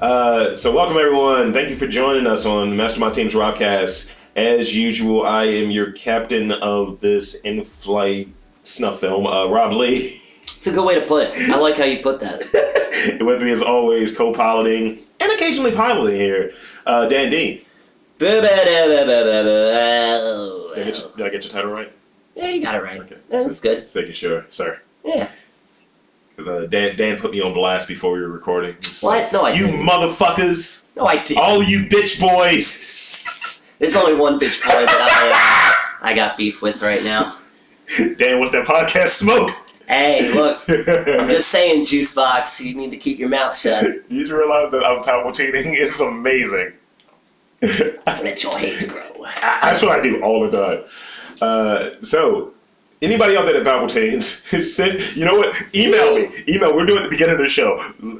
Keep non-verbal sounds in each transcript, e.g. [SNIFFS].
Uh, so welcome everyone. Thank you for joining us on Master My Team's Robcast. As usual, I am your captain of this in-flight snuff film, uh, Rob Lee. [LAUGHS] It's a good way to put it. I like how you put that. With me as always, co-piloting and occasionally piloting here, uh, Dan D. Did I, get your, yeah, did I get your title right? you got it right. Okay. Yeah, that's good. Just making sure, sir. Yeah. Because uh, Dan, Dan put me on blast before we were recording. He's What? No, I like, You didn't. motherfuckers! No, I did. All you bitch boys! [LAUGHS] There's only one bitch boy that I, I got beef with right now. Dan, what's that podcast smoke? [LAUGHS] Hey, look. I'm Did just saying, Juice Box, you need to keep your mouth shut. you realize that I'm palpitating? It's amazing. Let your hate grow. That's what I do all the time. Uh, so, anybody out there that palpitates, [LAUGHS] send, you know what? Email me. Email. We're doing it at the beginning of the show.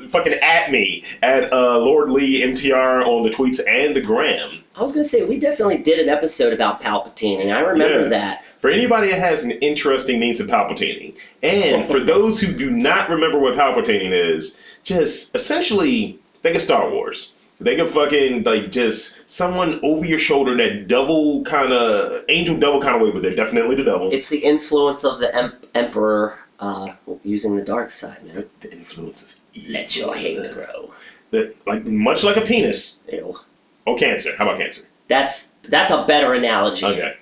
Fucking at me at uh, Lord Lee MTR on the tweets and the gram. I was gonna say we definitely did an episode about Palpatine, and I remember Yeah. that. For anybody that has an interesting means of palpitating, and [LAUGHS] for those who do not remember what palpitating is, just essentially think of Star Wars. Think of fucking like just someone over your shoulder in that double kind of angel double kind of way, but they're definitely the devil. It's the influence of the em- Emperor uh, using the dark side, man. the, the influence of evil. Let your hate grow. The- like much like a penis Ew. or cancer. How about cancer? That's that's a better analogy. Okay.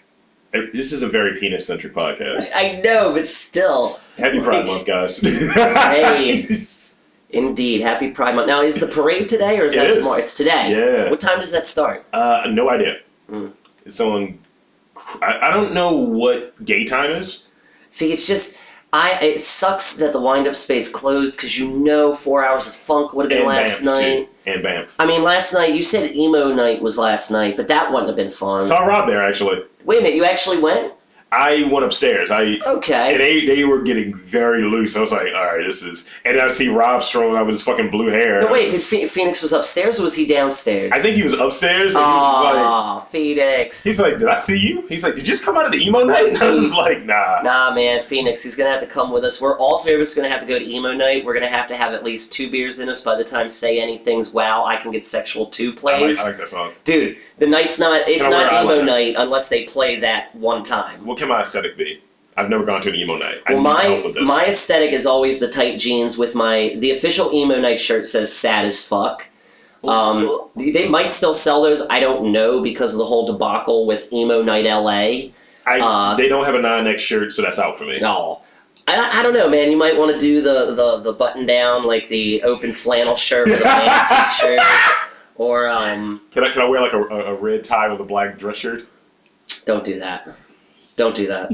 I- This is a very penis centric [LAUGHS] podcast. I know, but still, Happy Pride Month, guys. Hey. [LAUGHS] indeed, happy Pride Month. Now, is the parade today or is It that is. tomorrow? It's today. Yeah. What time does that start? Uh, no idea. Mm. It's on. I, I don't know what gay time is. See, it's just I. It sucks that the wind up space closed because you know four hours of funk would have been last Banff, night. too. And Banff. I mean, last night you said emo night was last night, but that wouldn't have been fun. Saw Rob there actually. Wait a minute, you actually went? I went upstairs. I and Okay. they they were getting very loose. I was like, all right, this is. And I see Rob strolling out with his fucking blue hair. No, wait. Did Phe- Phoenix was upstairs or was he downstairs? I think he was upstairs. And he was just like, Aw, Phoenix. he's like, did I see you? He's like, did you just come out of the emo night? [LAUGHS] And I was just like, nah. Nah, man, Phoenix, he's gonna have to come with us. We're all three of us gonna have to go to emo night. We're gonna have to have at least two beers in us by the time "Say Anything's Wow" I Can Get Sexual I two like, plays. I like that song. Dude, the night's not it's Can I wear not eyeliner? emo night unless they play that one time. What can my aesthetic be? I've never gone to an emo night. I Well, need help my with this. my aesthetic is always the tight jeans with my the official emo night shirt says "Sad as fuck." Um, they might still sell those. I don't know because of the whole debacle with emo night LA. I, uh, they don't have a nine X shirt, so that's out for me. No. I, I don't know, man. You might want to do the, the, the button down, like the open flannel shirt with a plain t shirt. Or, um, Can I can I wear like a, a, a red tie with a black dress shirt? don't do that. Don't do that.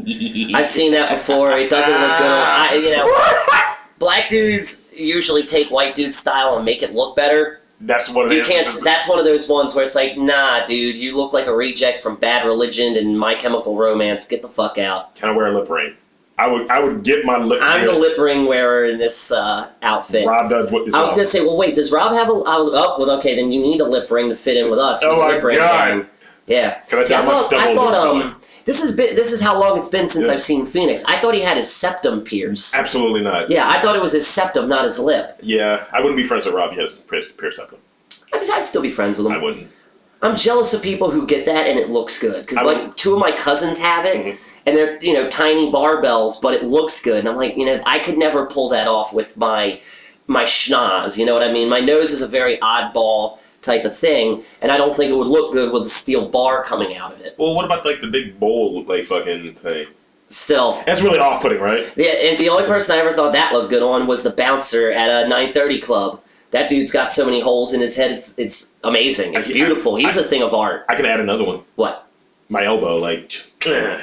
I, I've seen that before. It doesn't look good. on- I, you know, black dudes usually take white dude style and make it look better. that's one of the You can't. instances- That's one of those ones where it's like, nah, dude, you look like a reject from Bad Religion and My Chemical Romance. Get the fuck out. Can I wear a lip ring? I would I would get my lip. I'm the pierced. lip ring wearer in this uh, outfit. Rob does what is I was gonna say, well, wait, does Rob have a? I was, oh, well, okay, then you need a lip ring to fit in with us. Oh Lip my ring God. gang. Yeah. Can I See, say I I'm a thought, I stubble thought lip um, this has been this is how long it's been since Yeah. I've seen Phoenix. I thought he had his septum pierced. Absolutely not. Yeah. Yeah, I thought it was his septum, not his lip. I wouldn't be friends with Rob. Yes, pierce pierce up. I mean, I'd still be friends with I him. wouldn't. I'm jealous of people who get that and it looks good because I like wouldn't- two of my cousins have it. Mhm. And they're you know tiny barbells, but it looks good. And I'm like, you know, I could never pull that off with my my schnoz. You know what I mean? My nose is a very oddball type of thing, and I don't think it would look good with a steel bar coming out of it. Well, what about like the big bowl like fucking thing? Still, That's really off putting, right? yeah. And the only person I ever thought that looked good on was the bouncer at a 9:30 club. That dude's got so many holes in his head. It's it's amazing. It's I- I- beautiful. He's a thing of art. I can add another one. What? My elbow, like [SNIFFS]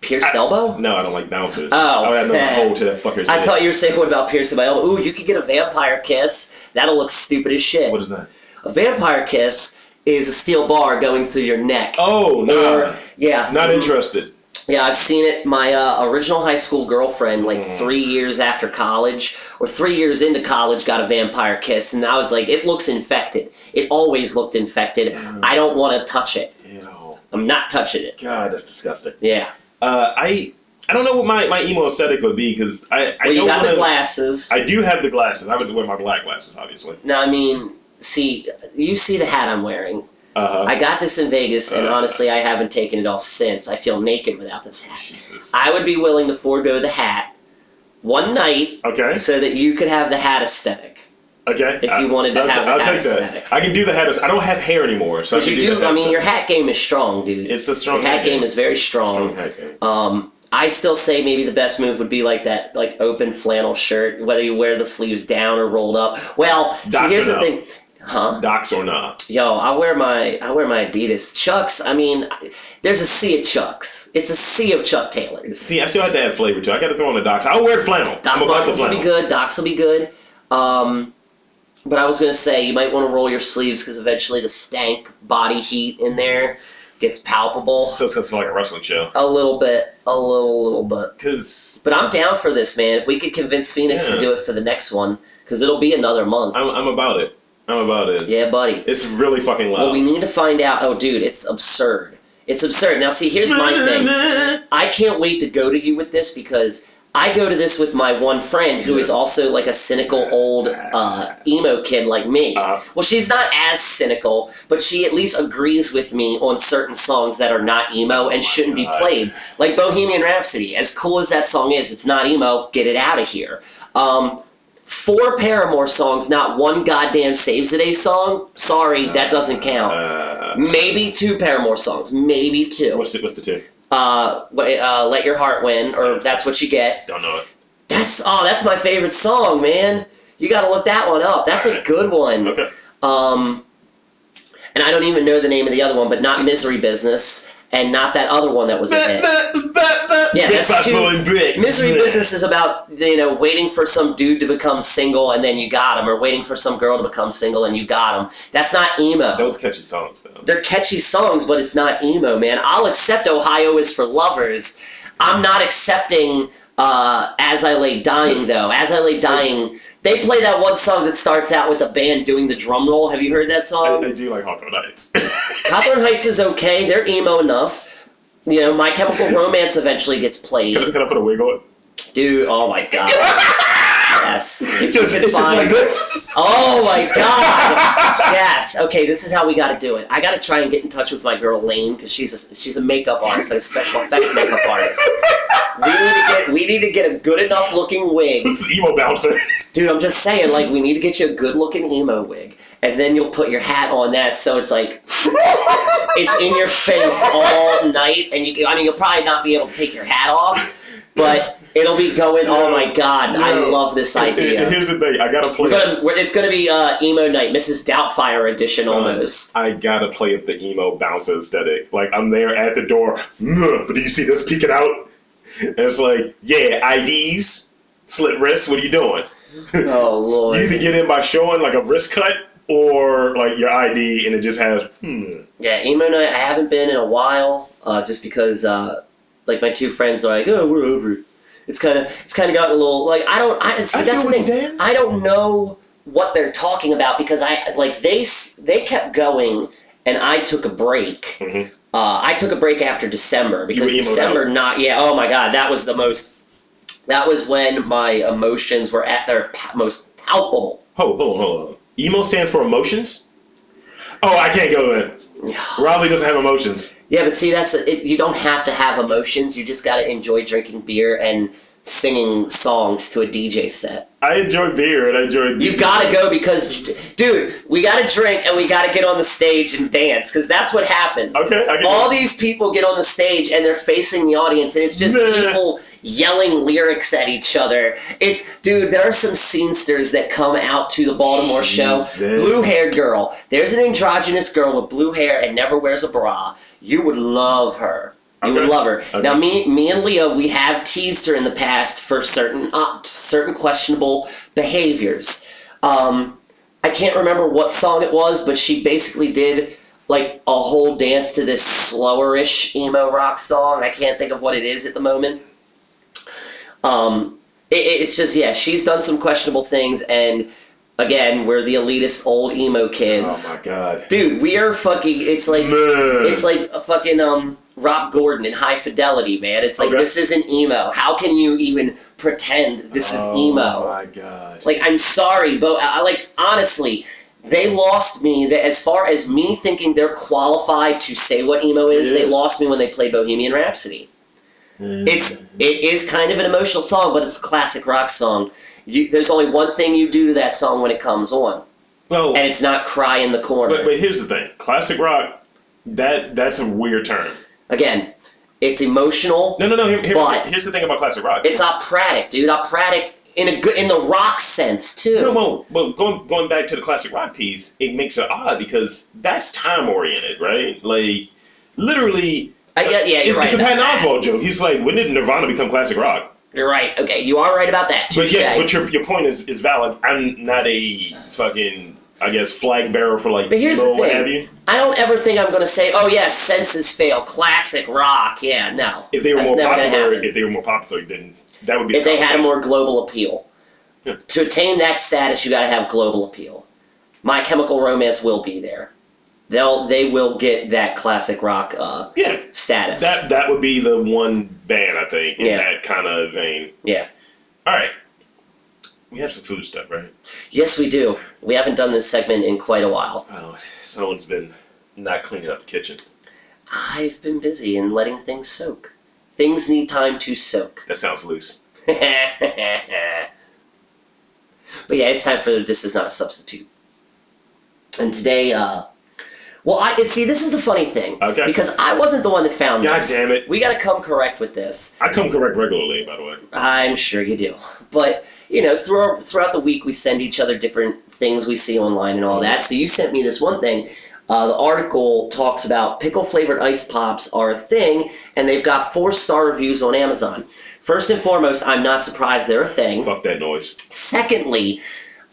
Pierced elbow? no, I don't like bouncers. Oh. I would add another hole to that fucker's I head. thought you were saying what about piercing my elbow? Ooh, you could get a vampire kiss. That'll look stupid as shit. What is that? A vampire kiss is a steel bar going through your neck. Oh no, Or- Mm-hmm. yeah, not interested. yeah, I've seen it. My uh, original high school girlfriend, like Mm. three years after college or three years into college, got a vampire kiss, and I was like, it looks infected. It always looked infected. Mm. I don't want to touch it. Ew. I'm not touching it. God, that's disgusting. Yeah. Uh, I I don't know what my, my emo aesthetic would be because I I Well, you don't got the wanna- glasses. I do have the glasses. I would wear my black glasses, obviously. No, I mean, see, you see the hat I'm wearing. Uh huh. I got this in Vegas, and Uh. honestly, I haven't taken it off since. I feel naked without this hat. Jesus. I would be willing to forego the hat one night Okay. so that you could have the hat aesthetic. Okay. If you wanted to I'll, have I'll, the I'll hat take that. aesthetic. I can do the hat. I don't have hair anymore, so I But can you do. do, the I mean, your aesthetic. hat game is strong, dude. It's a strong your hat game is very strong strong. hat game. Um, I still say maybe the best move would be like that, like open flannel shirt, whether you wear the sleeves down or rolled up. Well, see, Docs here's or the no? thing, huh? Docs or not? Yo, I wear my I wear my Adidas Chucks. I mean, I- there's a sea of Chucks. It's a sea of Chuck Taylors. See, I still had to add flavor to. it. I got to throw on the docs. I'll wear flannel. Doc I'm about the Martens will flannel. be good. Docs will be good. Um, but I was gonna say you might want to roll your sleeves because eventually the stank body heat in there gets palpable So it's gonna smell like a wrestling show. a little bit, a little, little bit. Cause But I'm down for this, man. If we could convince Phoenix to Yeah. do it for the next one, because it'll be another month. I'm, I'm about it. I'm about it. yeah, buddy. It's really fucking Well, loud. we need to find out. Oh, dude, it's absurd. It's absurd. Now, see, here's my thing. I can't wait to go to you with this because I go to this with my one friend who is Yeah. also like a cynical old uh, emo kid like me. Uh, Well, she's not as cynical, but she at least agrees with me on certain songs that are not emo and shouldn't be Oh God. played. Like Bohemian Rhapsody, as cool as that song is, it's not emo, get it out of here. Um, four Paramore songs, not one goddamn Saves the Day song. Sorry, that doesn't count. uh, Maybe two Paramore songs, maybe two. what's the what's the two? Uh, wait, uh, Let Your Heart Win, or That's What You Get. Don't know it. That's oh, that's my favorite song, man. You gotta look that one up. That's a Alright. good one. Okay. Um, and I don't even know the name of the other one, but not Misery Business and not that other one that was a hit. Yeah, Yeah, that's two- Misery Business is about you know waiting for some dude to become single and then you got him, or waiting for some girl to become single and you got him. That's not emo. Those catchy songs though. They're catchy songs, but it's not emo, man. I'll accept Ohio is for lovers. I'm not accepting uh, As I Lay Dying, though. As I Lay Dying, they play that one song that starts out with the band doing the drum roll. Have you heard that I, song? I do like Hawthorne Heights. Hawthorne Heights is okay. They're emo enough. You know, My Chemical Romance eventually gets can, I, [LAUGHS] played. can I put a wig on? Dude, oh my god. Yes. If you Just- could it's just find- like this. Oh my god! yes. Okay, this is how we got to do it. I got to try and get in touch with my girl Lane because she's a, she's a makeup artist, like a special effects makeup artist. We need to get we need to get a good enough looking wig, This is emo bouncer. dude. I'm just saying, like we need to get you a good looking emo wig, and then you'll put your hat on that, so it's like it's in your face all night, and you. I mean, you'll probably not be able to take your hat off, but it'll be going. Oh my god! I Yo. [LAUGHS] love this idea. Here's the thing. I gotta play. We're gonna, we're, it's gonna be uh, emo night, Mrs. Doubtfire edition Son, almost. I gotta play up the emo bouncer aesthetic. Like I'm there at the door. "Mwah, But do you see this peeking out? And it's like, yeah, IDs, slit wrists. What are you doing? [LAUGHS] Oh You either lord. get in by showing like a wrist cut or like your ID, and it just has hmm. Yeah, emo night. I haven't been in a while, uh, just because uh, like my two friends are like, oh, we're over. it." It's kind of it's kind of gotten a little like I don't. I, see, I that's know the thing. it, Dan. I don't know what they're talking about because I like they s- they kept going and I took a break. Mhm. Uh, I took a break after December because were emoed December not yeah. Oh my god, that was the most. That was when my emotions were at their pa- most palpable. Hold, hold on, hold on. Emo stands for emotions. Oh, I can't go [SIGHS] then. Raleigh doesn't have emotions. Yeah, but see, that's it, you don't have to have emotions. You just gotta enjoy drinking beer and singing songs to a DJ set. I enjoy beer and I enjoy. You gotta go because, dude, we gotta drink and we gotta get on the stage and dance because that's what happens. Okay, I get All these people get on the stage and they're facing the audience, and it's just Meh. people yelling lyrics at each other. It's dude, there are some scenesters that come out to the Baltimore show. Jesus. Blue haired girl. There's an androgynous girl with blue hair and never wears a bra. You would love her. You would Okay. love her. Okay. Now, me, me and Leo, we have teased her in the past for certain, uh, certain questionable behaviors. Um, I can't remember what song it was, but she basically did like a whole dance to this slowerish emo rock song. I can't think of what it is at the moment. Um, it, it- it's just yeah, she's done some questionable things, and again, we're the elitist old emo kids. Oh my god. Dude, we are fucking. It's like Man. it's like a fucking um Rob Gordon in High Fidelity, man. It's like Okay. this isn't emo. How can you even pretend this is emo? Oh my god. Like, I'm sorry, but I, I- like honestly, They lost me. That as far as me thinking they're qualified to say what emo is, they Yeah. lost me when they played Bohemian Rhapsody. It's it is kind of an emotional song, but it's a classic rock song. You, there's only one thing you do to that song when it comes on, well, and it's not cry in the corner. but, but here's the thing: classic rock. That that's a weird term. Again, it's emotional. No, no, no. Here, here- But- here's the thing about classic rock. It's operatic, dude. Operatic in a good in the rock sense too. No, well, well, going going back to the classic rock piece, it makes it odd because that's time oriented, right? Like, literally, I guess, yeah, it's, you're right. it's a about Patton that. Oswald joke. He's like, when did Nirvana become classic rock? You're right. Okay, you are right about that. But yeah, touche. but your your point is, is valid. I'm not a fucking, I guess, flag bearer for like But here's emo, the what thing. have you. I don't ever think I'm gonna say, "Oh yeah, senses fail, classic rock." Yeah, no. If they were That's more never gonna popular, happen. if they were more popular, then that would be. if they had a conversation. more global appeal. Yeah. To attain that status, you got to have global appeal. My Chemical Romance will be there. They'll they will get that classic rock uh, yeah, status. that that would be the one band I think in Yeah. that kind of vein. yeah. All right, we have some food stuff, right? Yes, we do. We haven't done this segment in quite a while. Oh, someone's been not cleaning up the kitchen. I've been busy in letting things soak. Things need time to soak. That sounds loose. but yeah, it's time for this is not a substitute. And today, uh, well, I and see. This is the funny thing Okay. because I wasn't the one that found God this. damn it. We got to come correct with this. I come correct regularly, by the way. I'm sure you do, but you know, throughout throughout the week, we send each other different things we see online and all that. So you sent me this one thing. Uh, the article talks about pickle flavored ice pops are a thing, and they've got four star reviews on Amazon. First and foremost, I'm not surprised they're a thing. Fuck that noise. Secondly,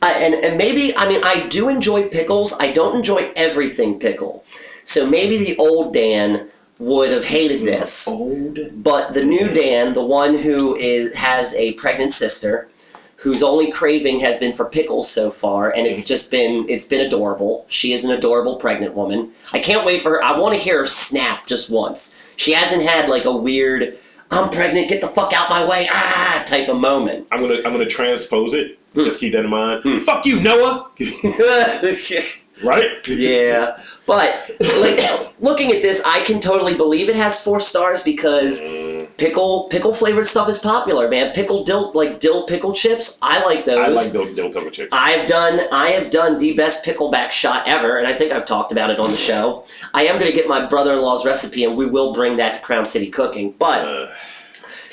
uh, and, and maybe, I mean, I do enjoy pickles. I don't enjoy everything pickle. So maybe the old Dan would have hated this. Old. But the new Dan, the one who is has a pregnant sister, whose only craving has been for pickles so far, and it's just been it's been adorable. She is an adorable pregnant woman. I can't wait for her. I want to hear her snap just once. She hasn't had like a weird "I'm pregnant, get the fuck out my way!" ah type of moment. [LAUGHS] I'm gonna I'm gonna transpose it. Hmm. Just keep that in mind. Fuck you, Noah. [LAUGHS] right? yeah, but like looking at this, I can totally believe it has four stars because Mm, pickle pickle flavored stuff is popular, man. Pickle dill like dill pickle chips, I like those. I like those dill cover chips. I've done I have done the best pickleback shot ever, and I think I've talked about it on the show. I am going to get my brother in law's recipe, and we will bring that to Crown City Cooking. But Uh,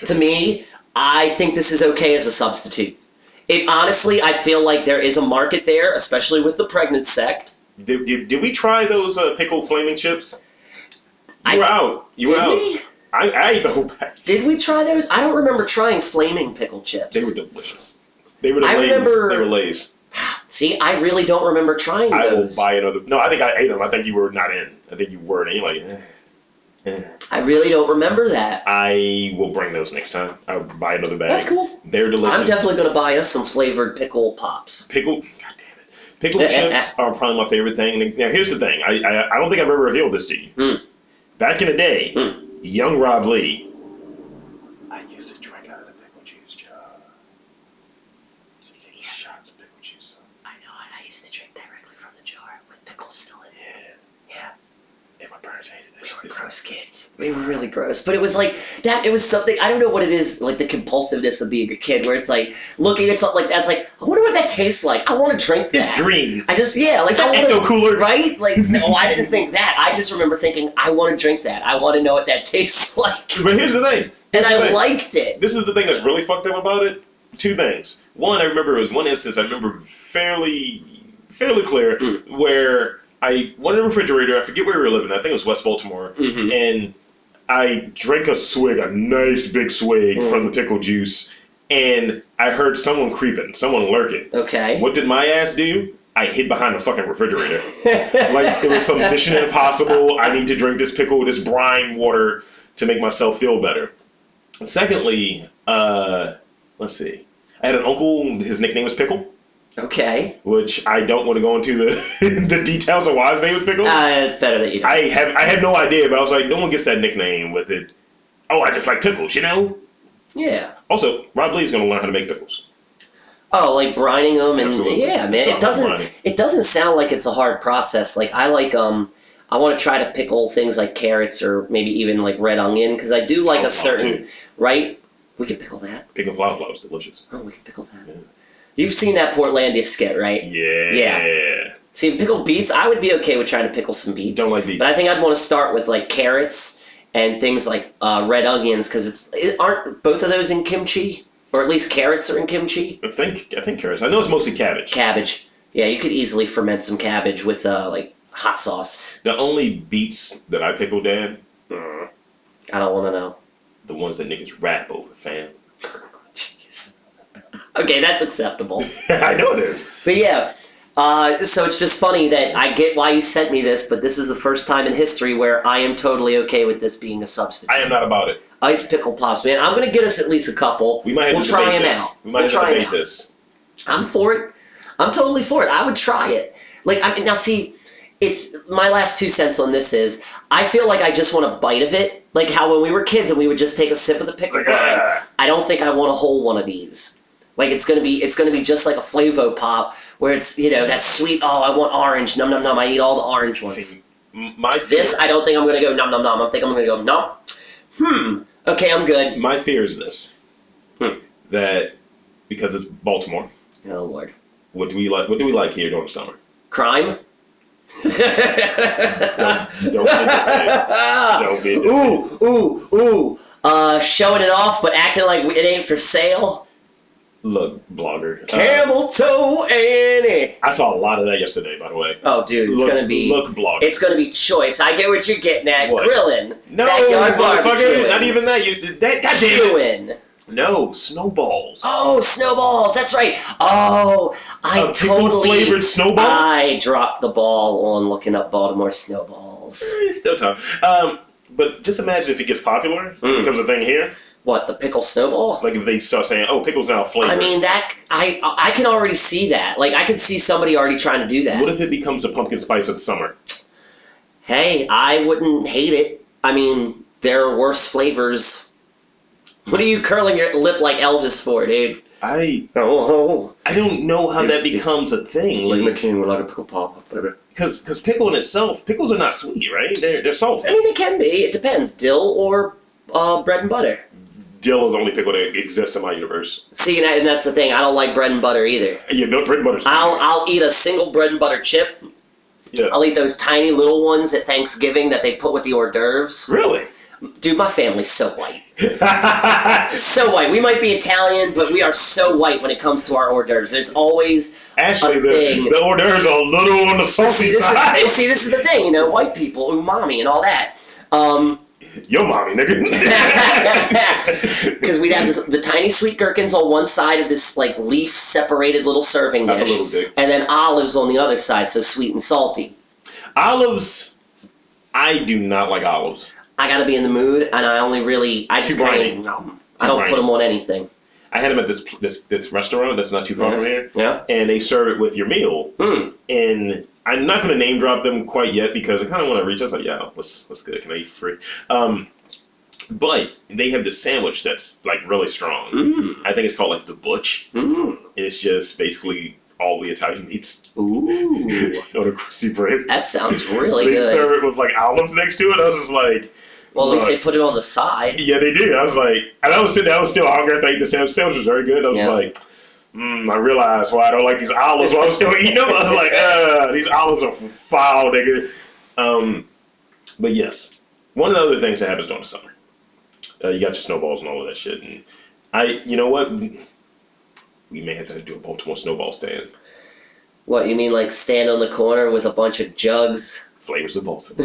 to me, I think this is okay as a substitute. It honestly, I feel like there is a market there, especially with the pregnant sect. did, did, did we try those uh, pickle flaming chips? You I- were out. You were Did out. we? I, I ate the whole pack. Did we try those? I don't remember trying flaming pickle chips. They were delicious. They were the I lays. remember- They were lays. See, I really don't remember trying I will those. buy another. No, I think I ate them. I think you were not in. I think you were in. Anyway, eh. I really don't remember that. I will bring those next time. I'll buy another bag. That's cool. They're delicious. I'm definitely going to buy us some flavored pickle pops. pickle. God damn it! Pickle chips are probably my favorite thing. And Now here's the thing. I I, I don't think I've ever revealed this to you. Hmm. Back in the day, Hmm. young Rob Lee. I used to drink out of the pickle juice jar. Just shots of pickle juice. I know, and I used to drink directly from the jar with pickles still in it. Yeah, And my parents hated we were gross kids. We were really gross, but it was like that. It was something I don't know what it is, like the compulsiveness of being a kid, where it's like looking at something like that's like I wonder what that tastes like. I want to drink that. It's green. I just yeah, like It's an I wanna- ecto cooler. right? Like [LAUGHS] no, I didn't think that. I just remember thinking I want to drink that. I want to know what that [LAUGHS] tastes like, But here's the thing. Here's and the I thing. liked it. This is the thing that's really fucked up about it. Two things. One, I remember it was one instance I remember fairly, fairly clear Mm. where I went in the refrigerator. I forget where we were living. I think it was West Baltimore, Mm-hmm. and I drank a swig, a nice big swig Mm. from the pickle juice, and I heard someone creeping, someone lurking. Okay. What did my ass do? I hid behind the fucking refrigerator. like it was some Mission Impossible. I need to drink this pickle, this brine water to make myself feel better. And secondly, uh, let's see. I had an uncle. His nickname was Pickle, [LAUGHS] okay. which I don't want to go into the [LAUGHS] the details of why his name was Pickle. Uh, it's better that you. Don't. I have I had no idea, but I was like, no one gets that nickname with it. Oh, I just like pickles, you know. yeah. Also, Rob Lee's gonna learn how to make pickles. Oh, like brining them and Absolutely. yeah, man. Stop It doesn't brining. it doesn't sound like it's a hard process. Like I like um I want to try to pickle things like carrots or maybe even like red onion because I do like Oh, a certain dude. right. We can pickle that. Picking flour is delicious. Oh, we can pickle that. Yeah. You've seen that Portlandia skit, right? Yeah. Yeah. See, pickled beets. I would be okay with trying to pickle some beets. Don't like beets. But I think I'd want to start with like carrots and things like uh, red onions because it's it, aren't both of those in kimchi or at least carrots are in kimchi. I think I think carrots. I know it's mostly cabbage. Cabbage. Yeah, you could easily ferment some cabbage with uh, like hot sauce. the only beets that I pickle, Dad, I don't want to know. the ones that niggas rap over, fam. [LAUGHS] Jeez. Okay, [LAUGHS] that's acceptable. I know it is. but yeah, uh, so it's just funny that I get why you sent me this, but this is the first time in history where I am totally okay with this being a substitute. I am not about it. Ice pickle pops, man. I'm gonna get us at least a couple. We might have we'll to try debate them this. out. We might we'll have to try them debate out. this. I'm for it. I'm totally for it. I would try it. Like I mean, now, see, it's my last two cents on this is I feel like I just want a bite of it, like how when we were kids and we would just take a sip of the pickle Like, brine. ah. I don't think I want a whole one of these. Like it's gonna be, it's gonna be just like a Flavo Pop, where it's you know that sweet. Oh, I want orange. Num num num. I eat all the orange ones. See, m- my fear, this I don't think I'm gonna go nom nom nom. I think I'm gonna go nom. Hmm. Okay, I'm good. my fear is this: Hmm. that because it's Baltimore, Oh lord. what do we like? What do we like here during the summer? Crime. Don't, don't, get defensive. [LAUGHS] don't get defensive. Ah. ooh, ooh, ooh. Uh, showing it off, but acting like it ain't for sale. Look, blogger. Uh, Camel toe Annie. I saw a lot of that yesterday, by the way. Oh, dude, it's look, gonna be look blogger. it's gonna be choice. I get what you're getting at. What? Grilling. no, backyard motherfucker, barbecuing. not even that. You that goddamn. it. Chewing. No snowballs. Oh, snowballs. That's right. Oh, I A pickled totally Uh, flavored snowball? I dropped the ball on looking up Baltimore snowballs. Eh, Still time. Um, but just imagine if it gets popular, Mm. becomes a thing here. What the pickle snowball? Like if they start saying, "Oh, pickles now flavored." I mean that I I can already see that. Like I can see somebody already trying to do that. what if it becomes the pumpkin spice of the summer? hey, I wouldn't hate it. I mean, there are worse flavors. What are you curling your lip like Elvis for, dude? I Oh, I don't know how You- that you- becomes a thing. Like, McCain would like a pickle pop. because because pickle in itself, pickles are not sweet, right? They're they're salty. I mean, they can be. It depends. Dill or uh, bread and butter. Dill is the only pickle that exists in my universe. See, and, that, and that's the thing. I don't like bread and butter either. Yeah, no bread and butter. I'll I'll eat a single bread and butter chip. yeah. I'll eat those tiny little ones at Thanksgiving that they put with the hors d'oeuvres. really? [LAUGHS] Dude, my family's so white. Ashley so white. We might be Italian, but we are so white when it comes to our hors d'oeuvres. There's always A the, thing. the hors d'oeuvres are a little on the see, salty [LAUGHS] this is, well, side. see, this is the thing, you know, white people, umami, and all that. Um, [LAUGHS] Yo, mommy, [LAUGHS] nigga. [LAUGHS] because we'd have this, the tiny sweet gherkins on one side of this like leaf separated little serving That's a dish, little big. and then olives on the other side, so sweet and salty. Olives. I do not like olives. I gotta be in the mood, and I only really, I just Too briny. kind of, I don't briny. put them on anything. I had them at this this this restaurant that's not too far from here, Yeah. and they serve it with your meal. Mm. And I'm not going to name drop them quite yet because I kind of want to reach. I was like, yeah, what's what's good? Can I eat free? Um, but they have this sandwich that's like really strong. Mm. I think it's called like the butch. Mm. It's just basically all the Italian meats [LAUGHS] Ooh, on a crusty bread. that sounds really they good. serve it with like olives next to it. I was just like, well, at least Look. they put it on the side. yeah, they do. I was like, and I was sitting there, I was still hungry. I think the sandwich sandwich was very good. I was Yeah. like, mm, I realized why I don't like these olives while I was still eating them. I was [LAUGHS] like, uh, these olives are foul, nigga. Um, but yes, one of the other things that happens during the summer, uh, you got your snowballs and all of that shit. And I, you know what? We may have to do a Baltimore snowball stand. What you mean, like stand on the corner with a bunch of jugs, [LAUGHS] Flavors of Baltimore.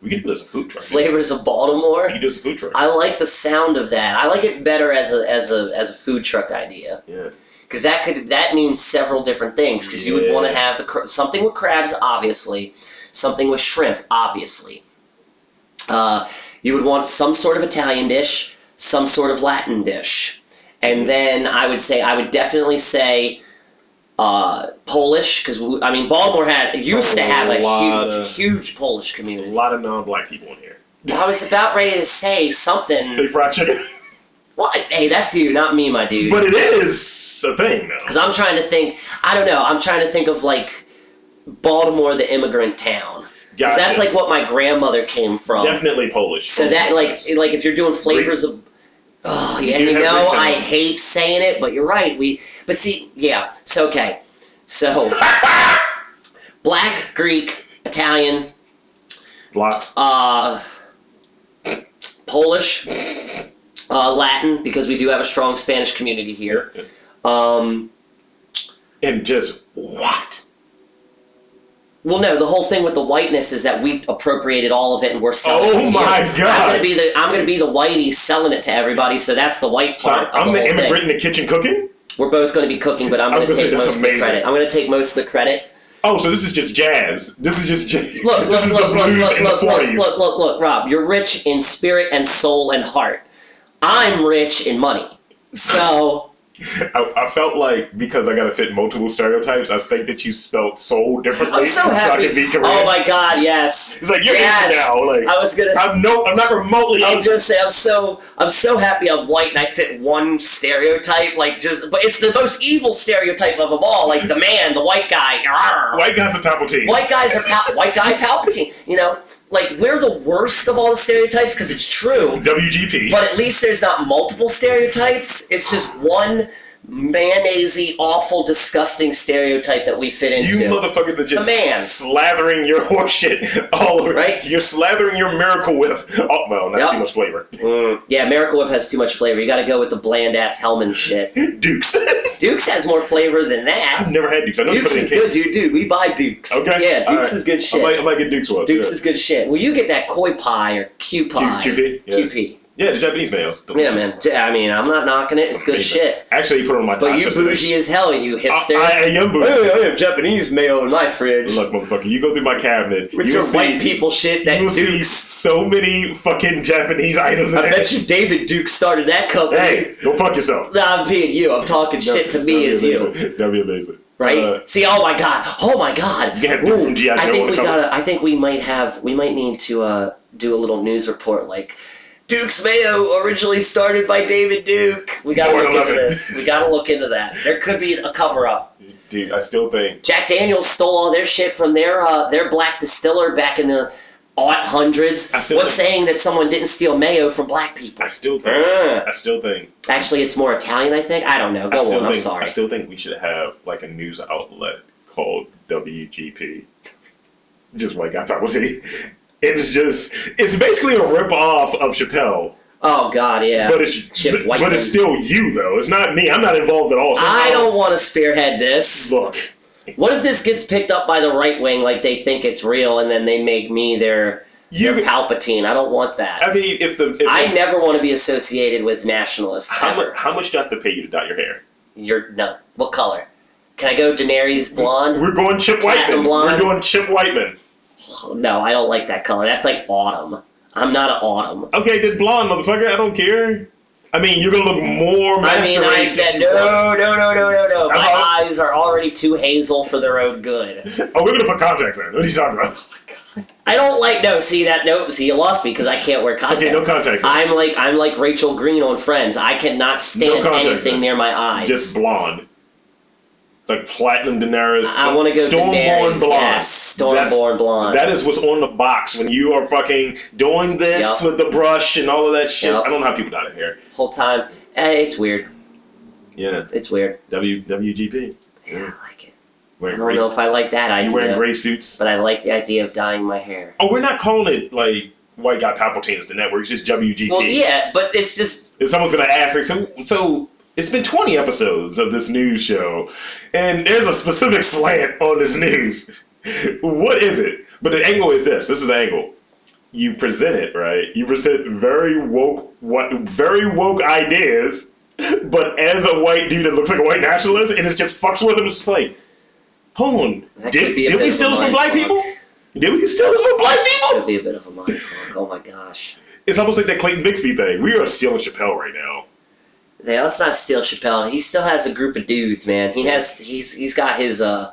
we can do this as a food truck. We flavors of Baltimore? can do this as a food truck. I like the sound of that. I like it better as a as a as a food truck idea yeah. because that could that means several different things. Because you would want to Yeah. have the cr- something with crabs, obviously, something with shrimp, obviously. Uh, you would want some sort of Italian dish, some sort of Latin dish, and then I would say I would definitely say. Uh, Polish, because I mean, Baltimore had used to have a lot huge, of- huge Polish A community. lot of non-black people in here. I was about ready to say something. Say fried chicken. [LAUGHS] Well, hey, that's you, not me, my dude. But it is. it's a thing Because though. I'm trying to think. I don't know. I'm trying to think of like Baltimore, the immigrant town. 'Cause That's Gotcha. like what my grandmother came from. Definitely Polish. So that like like if you're doing flavors of. Oh, yeah, do you have know rich I onions. hate saying it, but you're right. We but see yeah. So okay. [LAUGHS] So black, Greek, Italian, blocks. uh, Polish, uh, Latin, because we do have a strong Spanish community here. Um, And just what? well, no, the whole thing with the whiteness is that we appropriated all of it and we're selling Oh it. to you. my I'm God. gonna be the I'm gonna be the whitey selling it to everybody. So that's the white So part. I'm of the, the whole thing. immigrant in the kitchen cooking? We're both gonna be cooking, but I'm I was gonna gonna say, take that's most of the amazing. credit. I'm gonna take most of the credit. Oh, so this is just jazz. This is just [LAUGHS] jazz. Look, this look, is look, the look, blues look, in look, the look, 40s. look, look, look, Rob. You're rich in spirit and soul and heart. I'm rich in money. So I, I felt like because I got to fit multiple stereotypes, I think that you spelt soul differently. I'm so I happy. could be correct. oh my god, yes. It's like you're Yes. in now. Like I was gonna. I'm no, I'm not remotely. I was gonna say I'm so I'm so happy I'm white and I fit one stereotype like just but it's the most evil stereotype of them all like the man the white guy arr. white guys are Palpatine. White guys are pal- white guy Palpatine. You know, like we're the worst of all the stereotypes because it's true. WGP. But at least there's not multiple stereotypes. It's just one mayonnaisey, awful, disgusting stereotype that we fit you into. motherfuckers are just The man. slathering your [LAUGHS] horseshit all over. Right? You're slathering your miracle with. Oh well, that's Yep. too much flavor. Mm, yeah, Miracle Whip has too much flavor. You got to go with the bland ass Hellman shit. [LAUGHS] Dukes. Dukes has more flavor than I've that. never had Dukes. I know Dukes they is put it in good, cans. dude. Dude, we buy Dukes. Okay. Yeah, Dukes All right. is good I shit. might, I might get Dukes one. Dukes yeah. is good shit. Well, you get that koi pie or Q pie. QP, yeah. QP. Yeah, the Japanese mayos. Yeah, man. J- I mean, I'm not knocking it. It's good shit. Actually, you put it on my But top you yesterday. bougie as hell, you I, hipster. I am bougie. Hey, I have Japanese mayo in my fridge. Look, motherfucker, you go through my cabinet. with you your will see, white people shit that you will see Duke. so many fucking Japanese items. In I there. bet you David Duke started that company. Hey, go fuck yourself. Nah, I'm being you. I'm talking shit to That'd me be as you. amazing. That'd be amazing. Right? Uh, See, oh my god. Oh my god. You had Duke from G.I. I Joe think on we the cover. gotta I think we might have we might need to uh, do a little news report like Duke's Mayo originally started by David Duke. We gotta More look than into 11. this. We gotta look into that. There could be a cover up. dude, I still think Jack Daniels stole all their shit from their uh, their black distiller back in the aught hundreds. I What's still think- saying that someone didn't steal mayo from black people? I still think Uh, I still think actually, it's more Italian, I think. I don't know. I Go still on. think I'm sorry. I still think we should have like a news outlet called WGP. Just white guy poverty. It's just it's basically a rip off of Chappelle. oh God, yeah. But it's Chip but, Whiteman. it's still you though. It's not me. I'm not involved at all. So I don't want to spearhead this. look. What if this gets picked up by the right wing, like they think it's real, and then they make me their, You their Palpatine? I don't want that. I mean if the if I the, never want to be associated with nationalists. how ever. much how much do I have to pay you to dye your hair? You're no. What color? Can I go Daenerys blonde? We're going Chip Platinum Whiteman. blonde. We're doing Chip Whiteman. No, I don't like that color. That's like autumn. I'm not an autumn. Okay, then blonde motherfucker. I don't care. I mean, you're gonna look more. I mean, I masculine. said no, no, no, no, no, no. My Uh-huh. eyes are already too hazel for their own good. Oh, we're gonna put contacts in. What are you talking about? I don't like no. See that? Nope. See, you lost me because I can't wear contacts. Okay, no contacts. I'm like I'm like Rachel Green on Friends. I cannot stand contacts, anything then. near my eyes. Just blonde, like platinum Daenerys. I want to go Daenerys. Yes, That's- Stormborn blonde. That is what's on the box when you are fucking doing this Yep. with the brush and all of that shit. Yep. I don't know how people dye their hair. Whole time, eh, it's weird. Yeah, It's weird. W WGP. Yeah, I like it. I Wearing don't gray. know if I like that idea, You wearing gray suits? but I like the idea of dyeing my hair. Oh, we're not calling it like White Guy Palpatine is the network. It's just WGP. Well, yeah, but it's just And someone's gonna ask, like, so, so it's been 20 episodes of this news show, and there's a specific [LAUGHS] slant on this news. what is it? But the angle is this. This is the angle. You present it right. You present very woke, what very woke ideas, but as a white dude that looks like a white nationalist, and it just fucks with him. It's just like, hold on, That could did, be a did bit we of steal a this from mind black fuck. people? Did we steal this from black That'd people? be a bit of a mind fuck. Oh my gosh. It's almost like that Clayton Bixby thing. We are stealing Chappelle right now. Yeah, let's not steal Chappelle. He still has a group of dudes, man. He has he's he's got his uh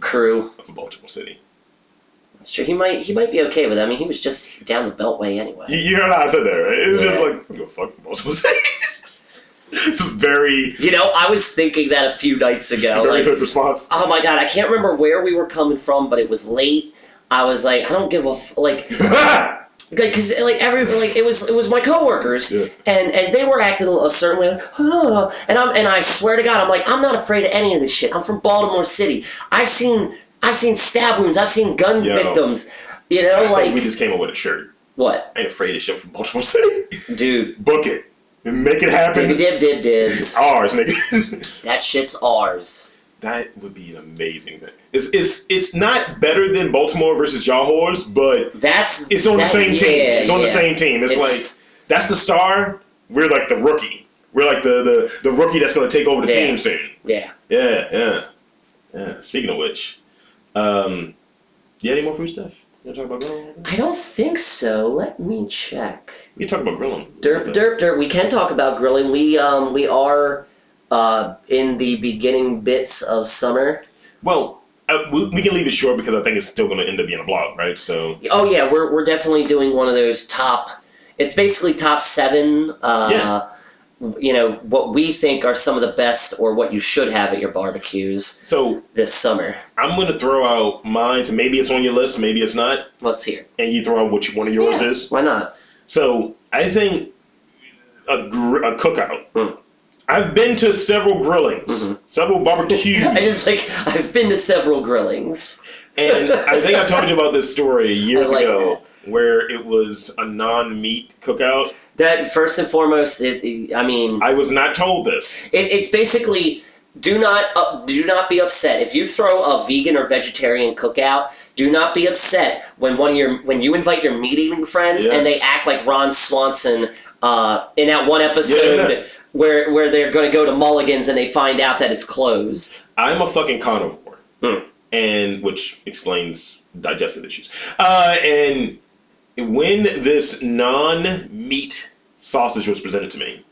crew. for Baltimore City. That's true. He might he might be okay with it. I mean he was just down the beltway anyway. You, you heard how I said that, right? It was just Yeah. like, I'm gonna fuck for Baltimore City. [LAUGHS] It's a very, You know, I was thinking that a few nights ago. very Like, good [LAUGHS] response. oh my god, I can't remember where we were coming from, but it was late. I was like, I don't give a f- like, like, cause like every like it was it was my coworkers, Yeah. and and they were acting a certain way, like, oh, and I'm and I swear to God, I'm like, I'm not afraid of any of this shit. I'm from Baltimore City. I've seen I've seen stab wounds. I've seen gun Yo. victims. You know, I think like we just came up with a shirt. what, I ain't afraid of shit from Baltimore City. [LAUGHS] dude? Book it. And make it Dib happen. dib dib It's dibs. ours, nigga. [LAUGHS] That shit's ours. that would be an amazing thing. It's, it's, it's not better than Baltimore versus Y'all Whores, but That's it's on the that- same team. yeah, It's on the yeah. same team. It's, It's- like that's the star. We're like the rookie. We're like the the, the rookie that's going to take over the Yeah. team soon. Yeah. Yeah, yeah, yeah. Speaking of which, um, you had any more food stuff? You want to talk about grilling? I don't think so. Let me check. We can talk about grilling. Derp, derp, derp. We can talk about grilling. We um we are uh in the beginning bits of summer. Well, uh, we, we can leave it short because I think it's still going to end up being a blog, right? So Oh yeah, we're we're definitely doing one of those top. It's basically top seven. Uh, Yeah. You know what we think are some of the best, or what you should have at your barbecues so this summer. I'm going to throw out mine. So maybe it's on your list, maybe it's not, Let's hear. and you throw out which one of yours Yeah, is. Why not? So I think a, gr- a cookout. Mm. Mm-hmm. I've been to several grillings, several barbecues, I just like I've been to several grillings. and I think I told you about this story years I like ago, where it was a non-meat cookout. That first and foremost, it, it- I mean, I was not told this. It, it's basically do not uh, do not be upset if you throw a vegan or vegetarian cookout. Do not be upset when one of your when you invite your meat eating friends Yeah. and they act like Ron Swanson uh, in that one episode Yeah. where where they're going to go to Mulligan's and they find out that it's closed. I'm a fucking carnivore, Mm. and which explains digestive issues. Uh, and when this non-meat sausage was presented to me,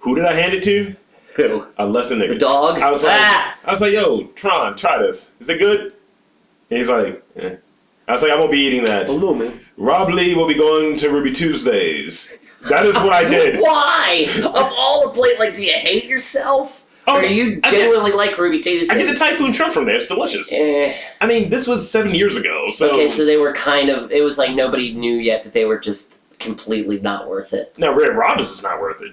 who did I hand it to? Who? A lesson nigga. The [LAUGHS] dog. I was like, Ah! I was like, yo, Tron, try this. Is it good? And he's like, eh. I was like, I won't be eating that. no, man. Rob Lee will be going to Ruby Tuesdays. That is [LAUGHS] what I did. Why? Of all the places, like, do you hate yourself? Oh, or do you I get- genuinely like Ruby Tuesdays? I get the Typhoon Shrimp from there. It's delicious. Eh. I mean, this was seven years ago, so, Okay, so they were kind of. It was like nobody knew yet that they were just completely not worth it. now Red Robin's is not worth it,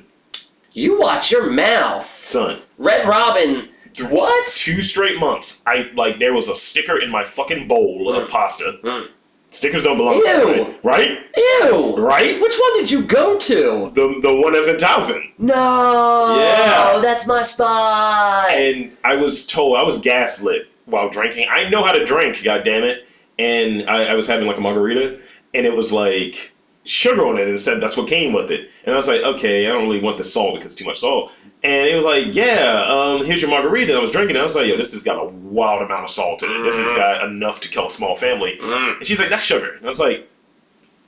You watch your mouth, son. Red Robin. What? Two straight months, I like there was a sticker in my fucking bowl of Mm. pasta. Mm. Stickers don't belong. Ew. Right? Ew. Right? Which one did you go to? The the one that's in Towson. No. Yeah. That's my spot. and I was told I was gaslit while drinking. I know how to drink, god damn it. And I, I was having like a margarita, and it was like sugar on it, and it said that's what came with it. And I was like, okay, I don't really want the salt because it's too much salt. And it was like, yeah, um, here's your margarita. And I was drinking. And I was like, yo, this has got a wild amount of salt in it. This has got enough to kill a small family. Mm. And she's like, that's sugar. And I was like,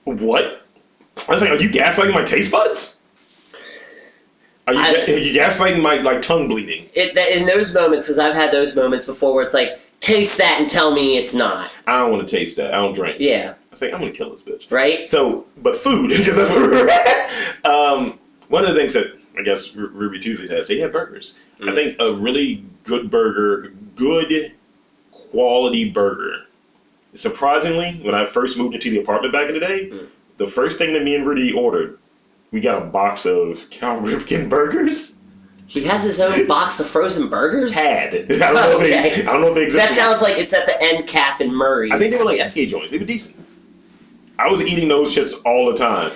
what? I was like, are you gaslighting my taste buds? Are you, I- ga- are you gaslighting my like tongue bleeding? It, that, in those moments, because I've had those moments before where it's like, taste that and tell me it's not. I don't want to taste that. I don't drink. Yeah. I think I'm gonna kill this bitch. Right. So, but food [LAUGHS] because that's what we're at. Um, one of the things that I guess Ru- Ruby Tuesdays has, they have burgers. I Mm. think a really good burger, good quality burger. Surprisingly, when I first moved into the apartment back in the day, Mm. the first thing that me and Rudy ordered, we got a box of Cal Ripken burgers. He has his own box of frozen burgers. Had [LAUGHS] I don't know if Okay. they, I don't know if they exist. That sounds like it's at the end cap in Murray's. I think they were like SK joints. They were decent. I was eating those shits all the time.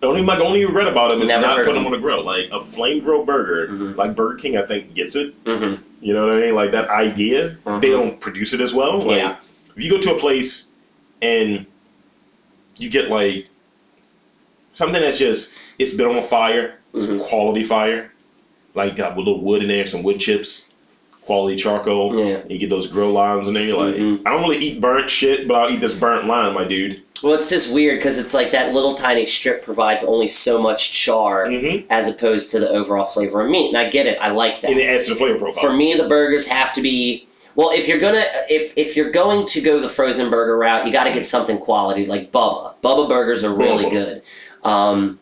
The only my only regret about them is Never not heard putting of them on a grill. Like a flame grill burger, Mhm. like Burger King, I think gets it. Mhm. You know what I mean? Like that idea, they Mhm. don't produce it as well. Like Yeah. if you go to a place and you get like something that's just it's been on fire, it's Mhm. quality fire, like got a little wood in there, some wood chips, quality charcoal. Yeah. You get those grill limes in there. You're like, Mhm. I don't really eat burnt shit, but I'll eat this burnt lime, my dude. Well, it's just weird because it's like that little tiny strip provides only so much char Mm-hmm. as opposed to the overall flavor of meat. And I get it. I like And that. it adds to the flavor profile. For me, the burgers have to be well. If you're gonna if if you're going to go the frozen burger route, you got to get something quality like Bubba. Bubba burgers are really Bubba. good. Um,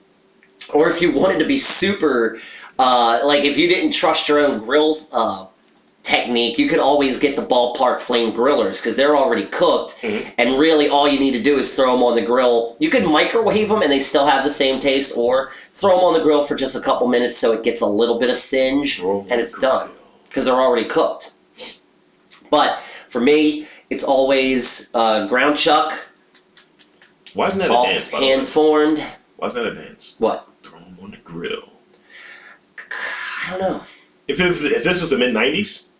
or if you wanted to be super Uh, like if you didn't trust your own grill uh, technique, you could always get the ballpark flame grillers because they're already cooked, Mhm. and really all you need to do is throw them on the grill. You can microwave them and they still have the same taste, or throw them on the grill for just a couple minutes so it gets a little bit of singe Oh and it's done because they're already cooked. But for me, it's always uh, ground chuck, Why isn't that a dance? By the way? hand formed. Why isn't that a dance? What? Throw 'em on the grill. I don't know. If it was, if this was the mid '90s,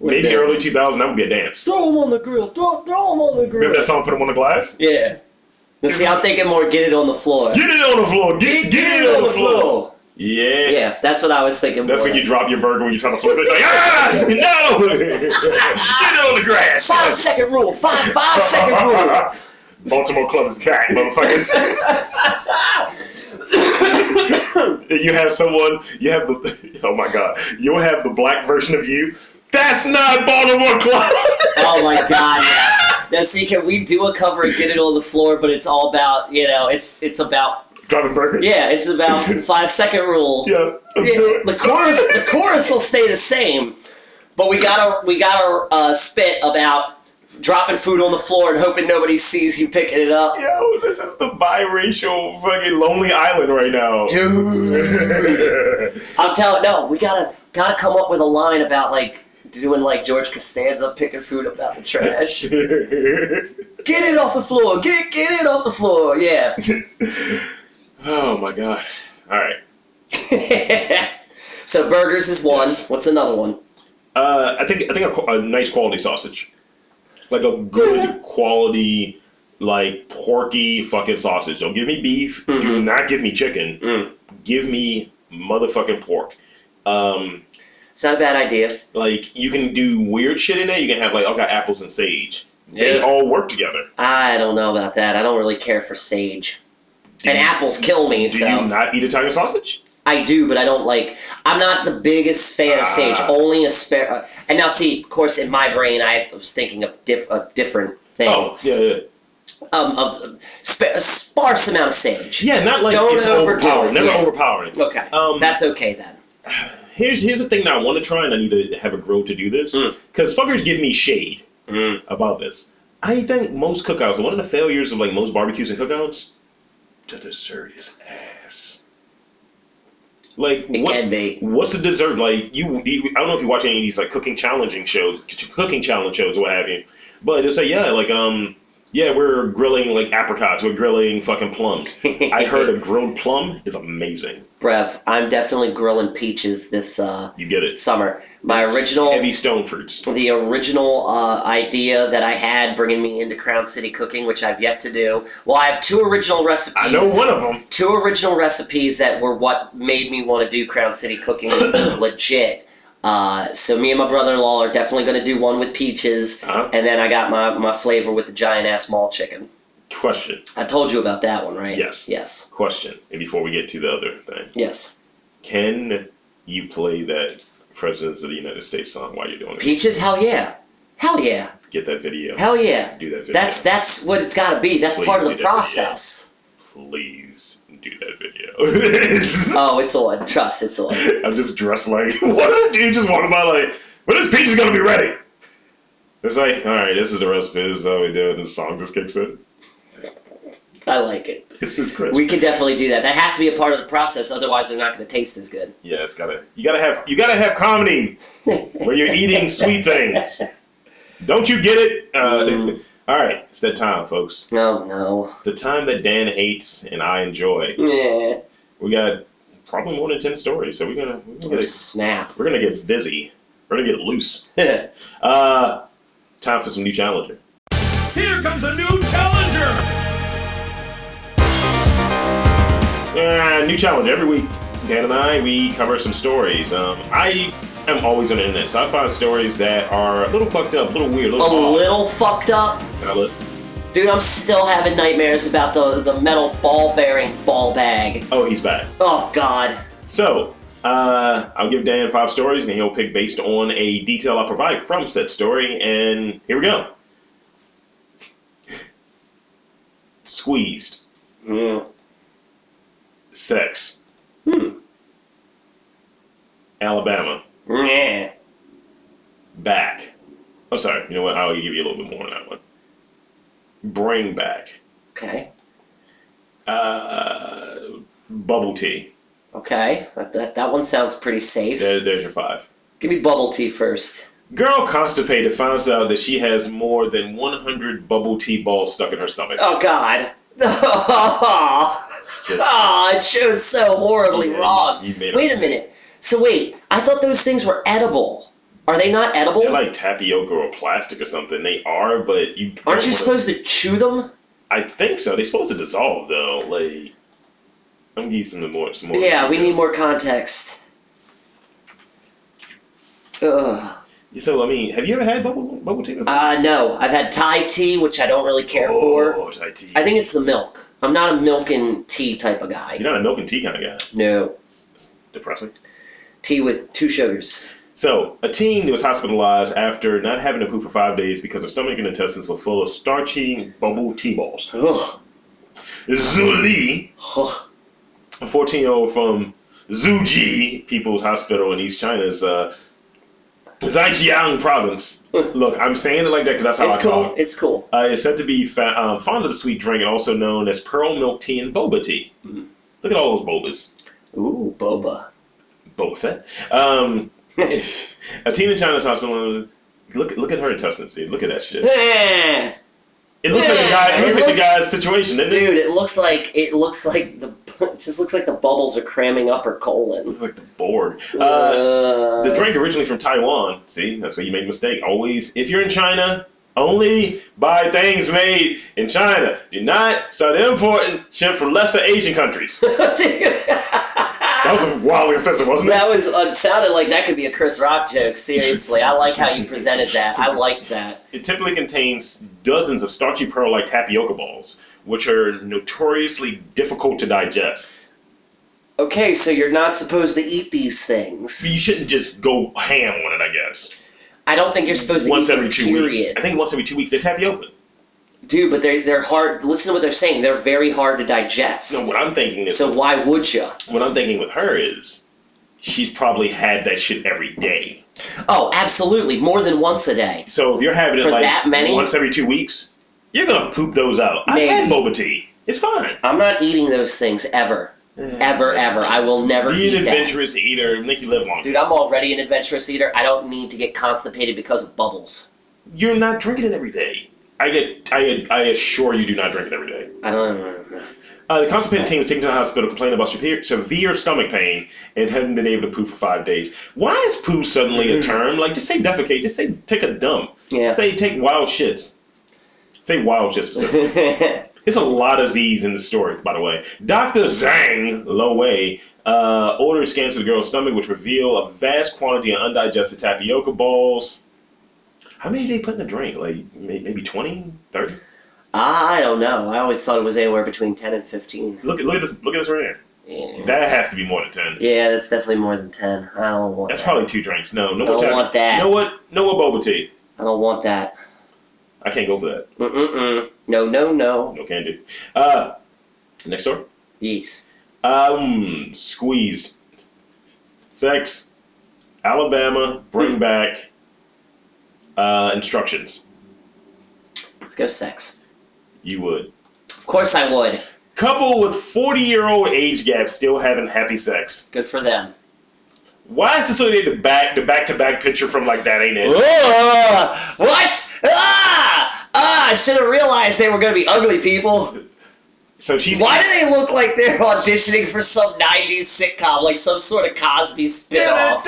maybe Would've been- early 2000, that would be a dance. Throw them on the grill. Throw, throw them on the grill. Remember that song? Put them on the glass. Yeah. Now, see, I'm thinking more get it on the floor. Get it on the floor. Get, get it on the floor. Yeah. Yeah, that's what I was thinking. That's more. when you drop your burger when you try to flip it. Like, ah, no! [LAUGHS] Get it on the grass. [LAUGHS] Five second rule. Five five second [LAUGHS] rule. Baltimore club is kind, [LAUGHS] motherfuckers. you have someone, you have the, [LAUGHS] oh my god, you'll have the black version of you. That's not Baltimore club. [LAUGHS] oh my god, yes. Now see, can we do a cover and get it on the floor? But it's all about you know, it's it's about Dropping burgers. yeah, it's about five second rule. Yes. Let's do Yeah, it. the chorus the chorus will stay the same, but we gotta we gotta uh, spit about dropping food on the floor and hoping nobody sees you picking it up. Yo, this is the biracial fucking lonely island right now. Dude, I'm telling no, we gotta gotta come up with a line about like doing like George Costanza picking food up out [LAUGHS] the trash. get it off the floor, get get it off the floor, yeah. [LAUGHS] oh my god. All right. so burgers is one. Yes. What's another one? Uh, I think I think a, qu- a nice quality sausage, like a good Yeah. quality, like porky fucking sausage. Don't give me beef. Do Mhm. not give me chicken. Give me motherfucking pork. Um, It's not a bad idea. like you can do weird shit in there. You can have like I got apples and sage. They Yeah. all work together. I don't know about that. I don't really care for sage. and apples kill me, Do so you not eat Italian sausage? I do, but I don't like. I'm not the biggest fan of sage. Ah. Only a spare. uh, And now, see, of course, in my brain, I was thinking of diff, a different thing. Oh yeah, yeah. um, a, sp- a sparse amount of sage. Yeah, not like Don't it's overdo it, overpowering. Never yeah. overpowering. Okay, Um, that's okay then. Here's here's the thing that I want to try, and I need to have a grill to do this Mm. because fuckers give me shade. about this. I think most cookouts, one of the failures of like most barbecues and cookouts, the dessert is ass. Like It what? can be. What's the dessert like? You, you, I don't know if you watch any of these like cooking challenging shows, c- cooking challenge shows, or what have you. But they'll say, yeah, like um, yeah, we're grilling like apricots, we're grilling fucking plums. I heard [LAUGHS] a grilled plum is amazing. Brev, I'm definitely grilling peaches this uh, You get it. summer. My original, heavy stone fruits. the original uh, idea that I had bringing me into Crown City cooking, which I've yet to do. Well, I have two original recipes. I know one of them. two original recipes that were what made me want to do Crown City cooking [COUGHS] legit. Uh, so me and my brother-in-law are definitely going to do one with peaches, Uh-huh. and then I got my, my flavor with the giant ass mall chicken. Question, I told you about that one, right? Yes. Yes. question, and before we get to the other thing. Yes. Can you play that Presidents of the United States song while you're doing it? Peaches? Hell yeah. Hell yeah. Get that video. Hell yeah. do that video. That's that's what it's got to be. That's Please part of do the that, yeah. process. Please do that [LAUGHS] video. Oh, it's on. Trust, it's on. I'm just dressed like [LAUGHS] what a dude just walking by like when is peach is gonna be ready? It's like, alright, this is the recipe, this is how we do it, and the song just kicks in. I like it. It's this crisp. We can definitely do that. That has to be a part of the process. Otherwise, they're not going to taste as good. yeah, it's gotta you gotta have you gotta have comedy when you're eating sweet [LAUGHS] things. Don't you get it? Uh, [LAUGHS] Mm. alright, it's that time, folks. No, Oh, no. It's the time that Dan hates and I enjoy. Yeah. we got probably more than 10 stories so we're gonna we're gonna, [LAUGHS] Oh, snap. we're gonna get busy we're gonna get loose [LAUGHS] uh time for some new challenger Here comes a new challenger! yeah new challenger every week dan and i we cover some stories um i am always on the internet so i find stories that are a little fucked up a little weird a a little off. little fucked up. And I look- Dude, I'm still having nightmares about the, the metal ball bearing ball bag. oh he's back Oh, God. so uh, I'll give Dan five stories, and he'll pick based on a detail I provide from said story. And here we go. [LAUGHS] Squeezed. Mm. sex. Hmm. Alabama, Yeah. back. I'm sorry. You know what? I'll give you a little bit more on that one. Bring back Okay. uh, bubble tea. Okay. That, that, that one sounds pretty safe. There, there's your five. Give me bubble tea first. Girl constipated finds out that she has more than 100 bubble tea balls stuck in her stomach. Oh God. [LAUGHS] It's just- Oh, it shows so horribly Yeah, you- wrong. you made a wait a mistake. minute. So wait, I thought those things were edible. Are they not edible? They're like tapioca or plastic or something. They are, but you Aren't you supposed to chew them? I think so. They're supposed to dissolve though. Like, I'm gonna give you some more. Some more Yeah, we need more context. Ugh. So I mean, have you ever had bubble bubble tea? Before? Uh, no, I've had Thai tea, which I don't really care for. oh, Thai tea. I think it's the milk. I'm not a milk and tea type of guy. you're not a milk and tea kind of guy. No, Depressing. tea with two sugars. So, a teen was hospitalized after not having to poop for five days because her stomach and intestines were full of starchy bubble tea balls. Ugh. Zuli Ugh. a 14 year old from Zhuji People's Hospital in East China's uh, Zhejiang [LAUGHS] province. Look, I'm saying it like that because that's how It's I cool. talk. It's cool. Uh, it's said to be fa- um, fond of the sweet drink and also known as pearl milk tea and boba tea. Mm-hmm. Look at all those bobas. Ooh, boba. Boba Fett. Um, [LAUGHS] a teen in China's hospital. Look, look at her intestines, dude. Look at that shit. Eh. It looks like the guy. It looks It like looks- the guy's situation, doesn't it? Dude, it looks like it looks like the [LAUGHS] just looks like the bubbles are cramming up her colon. Looks like the board. Uh, Uh, The drink originally from Taiwan. See, that's where you made a mistake. Always, if you're in China, only buy things made in China. Do not start importing shit from lesser Asian countries. That was wildly offensive, wasn't it? [LAUGHS] that was it sounded like that could be a Chris Rock joke. Seriously, I like how you presented that. I like that. It typically contains dozens of starchy pearl-like tapioca balls, which are notoriously difficult to digest. Okay, so you're not supposed to eat these So things. you shouldn't just go ham on it, I guess. I don't think you're supposed to Once eat every them. two Period. weeks. I think once every two weeks they're tapioca. Dude, but they're they're hard. Listen to what they're saying. They're very hard to digest. No, what I'm thinking is so why would you? what I'm thinking with her is she's probably had that shit every day. Oh, absolutely, more than once a day. So if you're having it For like that many? once every two weeks, you're gonna poop those out. I had Maybe. boba tea. It's fine. I'm not eating those things ever, ever, ever. I will never Be an eat that. adventurous eater. Make you live longer. Dude, I'm already an adventurous eater. I don't need to get constipated because of bubbles. You're not drinking it every day. I get. I I assure you, do not drink it every day. I don't. I don't know. Uh, the constipated team was taken to the hospital, complaining about severe, severe stomach pain, and hadn't been able to poo for five days. Why is poo suddenly a term? Like, just say defecate. Just say take a dump. Yeah. Say take wild shits. Say wild shits. specifically. It's a lot of Z's in the story, by the way. Dr. Zhang Lowei uh, orders scans of the girl's stomach, which reveal a vast quantity of undigested tapioca balls. How many did they put in a drink? Like may- maybe 20, 30? [LAUGHS] I don't know. I always thought it was anywhere between ten and fifteen. Look at look at this look at this right here. Yeah, That has to be more than ten. yeah that's definitely more than ten. I don't want. That's that. probably two drinks. No, no I more don't tap- want that. You know what? No more boba tea. I don't want that. I can't go for that. Mm-mm-mm. No, no, no. No can do. Uh, next door. Yes. Um, squeezed. Sex. Alabama. Bring back. Uh, instructions. Let's go sex. You would. Of course I would. Couple with 40 year old age gap still having happy sex. Good for them. Why is this only the back the back to back picture from like that ain't it? Ugh! what? Ah! Ah! I should have realized they were going to be ugly people. So she's Why do they look like they're auditioning for some 90s sitcom, like some sort of Cosby spinoff?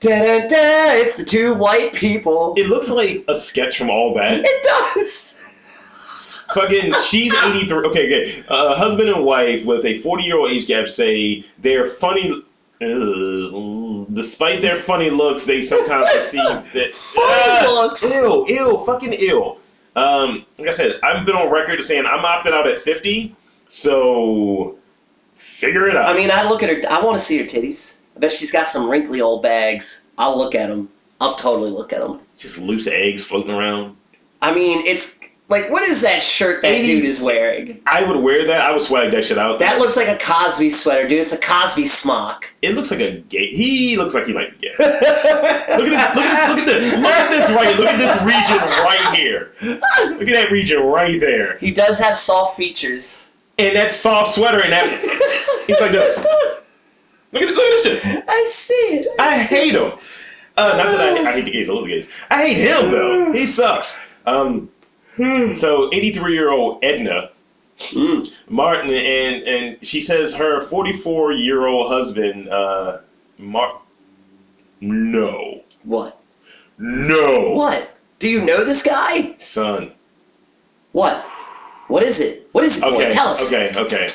Da-da-da, it's the two white people. It looks like a sketch from all that. It does! Fucking, she's 83. Okay, okay. Uh, husband and wife with a 40 year old age gap say they're funny. Ugh. despite their funny looks, they sometimes [LAUGHS] perceive that. ah, Funny looks? Ew, ew, fucking ew. Um, like I said, I've been on record as saying I'm opting out at 50, so figure it out. I mean, I look at her, I want to see her titties. I bet she's got some wrinkly old bags. I'll look at them. I'll totally look at them. just loose eggs floating around. I mean, it's Like, what is that shirt that 80 dude is wearing? I would wear that. I would swag that shit out. That looks like a Cosby sweater, dude. It's a Cosby smock. It looks like a gay. He looks like he might be gay. look at this. Look at this. Look at this. Look at this right. Look at this region right here. Look at that region right there. He does have soft features. And that soft sweater and that. He's like this. Look at this. Look at this shit. [LAUGHS] I see it. I hate him. Uh, not that I, I hate the gays. I love the gays. I hate him though. He sucks. Um. So, 83 year old Edna Mm. Martin and and she says her 44 year old husband uh Mar- no What? no What? Do you know this guy? son What? What is it? What is it? Boy? okay Tell us. okay okay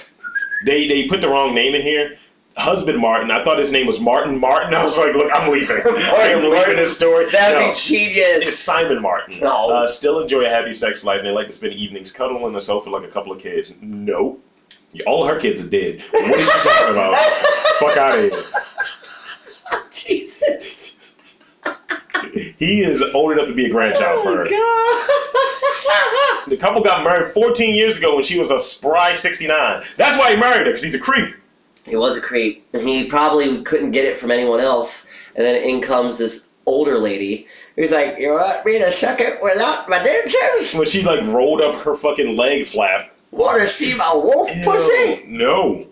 they they put the wrong name in here husband Martin I thought his name was Martin Martin [LAUGHS] I was like look I'm [LAUGHS] leaving I am leaving this story That'd No. be genius. It's Simon Martin. No. Uh, still enjoy a happy sex life, and they like to spend evenings cuddling on the sofa like a couple of kids. No. All her kids are dead. What are you talking [LAUGHS] about? Fuck out of here. [LAUGHS] Jesus. He is old enough to be a grandchild for her. Oh, The couple got married 14 years ago when she was a spry 69. That's why he married her, because he's a creep. God. [LAUGHS] He was a creep, and he probably couldn't get it from anyone else. And then in comes this older lady who's like, "You want me to suck it without my damn shoes? When she like rolled up her fucking leg flap. Want to see my wolf pussy? No.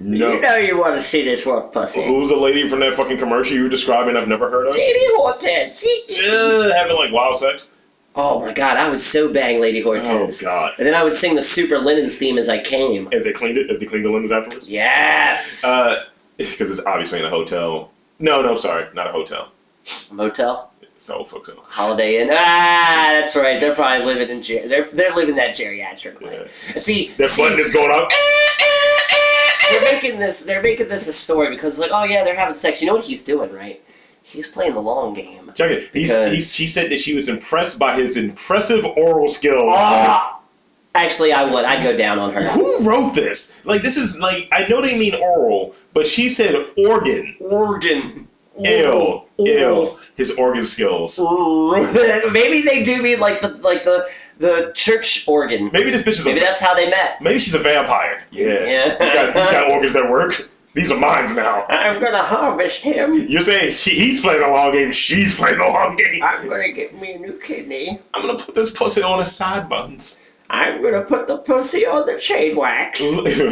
No. You know you want to see this wolf pussy. Who's the lady from that fucking commercial you were describing I've never heard of? Lady Hortense. Ugh, having like wild sex. Oh my God, I would so bang Lady Oh Hortense. god. And then I would sing the Super Linens theme as I came. As they cleaned it, as they cleaned the linens afterwards. Yes. Uh, [LAUGHS] because it's obviously in a hotel. No, no, sorry, not a hotel. Motel. It's an old folks home. Holiday Inn. Ah, that's right. They're probably living in ger- they're they're living that geriatric life. See, That see, button is going up. [LAUGHS] they're making this they're making this a story because like oh yeah they're having sex. You know what he's doing right? He's playing the long game. Check it. He's, Because- he's, she said that she was impressed by his impressive oral skills. Ah! Actually, I would. I'd go down on her. Who wrote this? Like, this is like, I know they mean oral, but she said organ. Organ. Ew. Ew. His organ skills. [LAUGHS] Maybe they do mean like the like the the church organ. Maybe this bitch is Maybe a. that's how they met. Maybe she's a vampire. Yeah. Yeah. He's got, he's got organs that work. These are mines now. I'm gonna harvest him. You're saying she, he's playing a long game, she's playing a long game. I'm gonna get me a new kidney. I'm gonna put this pussy on his side [LAUGHS] buttons. I'm gonna put the pussy on the chain wax. look at this!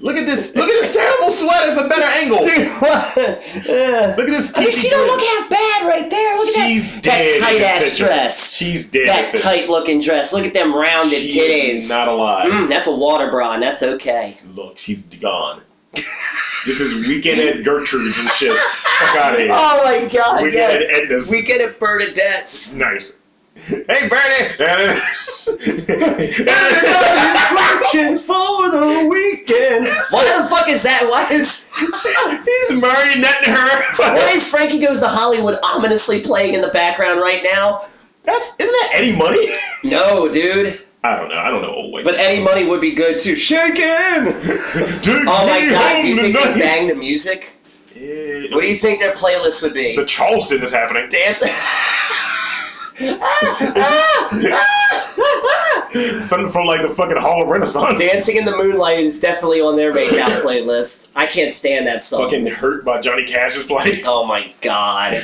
Look at this terrible sweat. It's a better angle. [LAUGHS] Dude, [LAUGHS] what? Ugh. Look at this. Dude, teepee she don't grin. look half bad right there. Look at She's that, dead. in that tight this ass picture. dress. She's dead. in That this tight looking dress. Look at them picture. rounded She is titties. Not alive. Mm, that's a water bra, and that's okay. Look, she's gone. this is weekend at Gertrude's and shit. Fuck out of here. Oh my god, weekend yes. at Edna's. We get it Bernadette's. nice. Hey, [LAUGHS] Bernie. Working for the weekend. Why the fuck is that? Why [LAUGHS] is He's marionetting why her. is Frankie Goes to Hollywood ominously playing in the background right now? That's isn't that Eddie Money? No, dude. I don't know. I don't know. Oh, wait. But any money would be good too. Shake him! Take Oh my me god, do you home think they tonight. bang the music? Yeah, What do you think their playlist would be? the Charleston is happening. [LAUGHS] Dance. Something from like the fucking Hall of Renaissance. Dancing in the Moonlight is definitely on their [LAUGHS] makeout playlist. I can't stand that song. Fucking hurt by Johnny Cash is playing. Oh my god.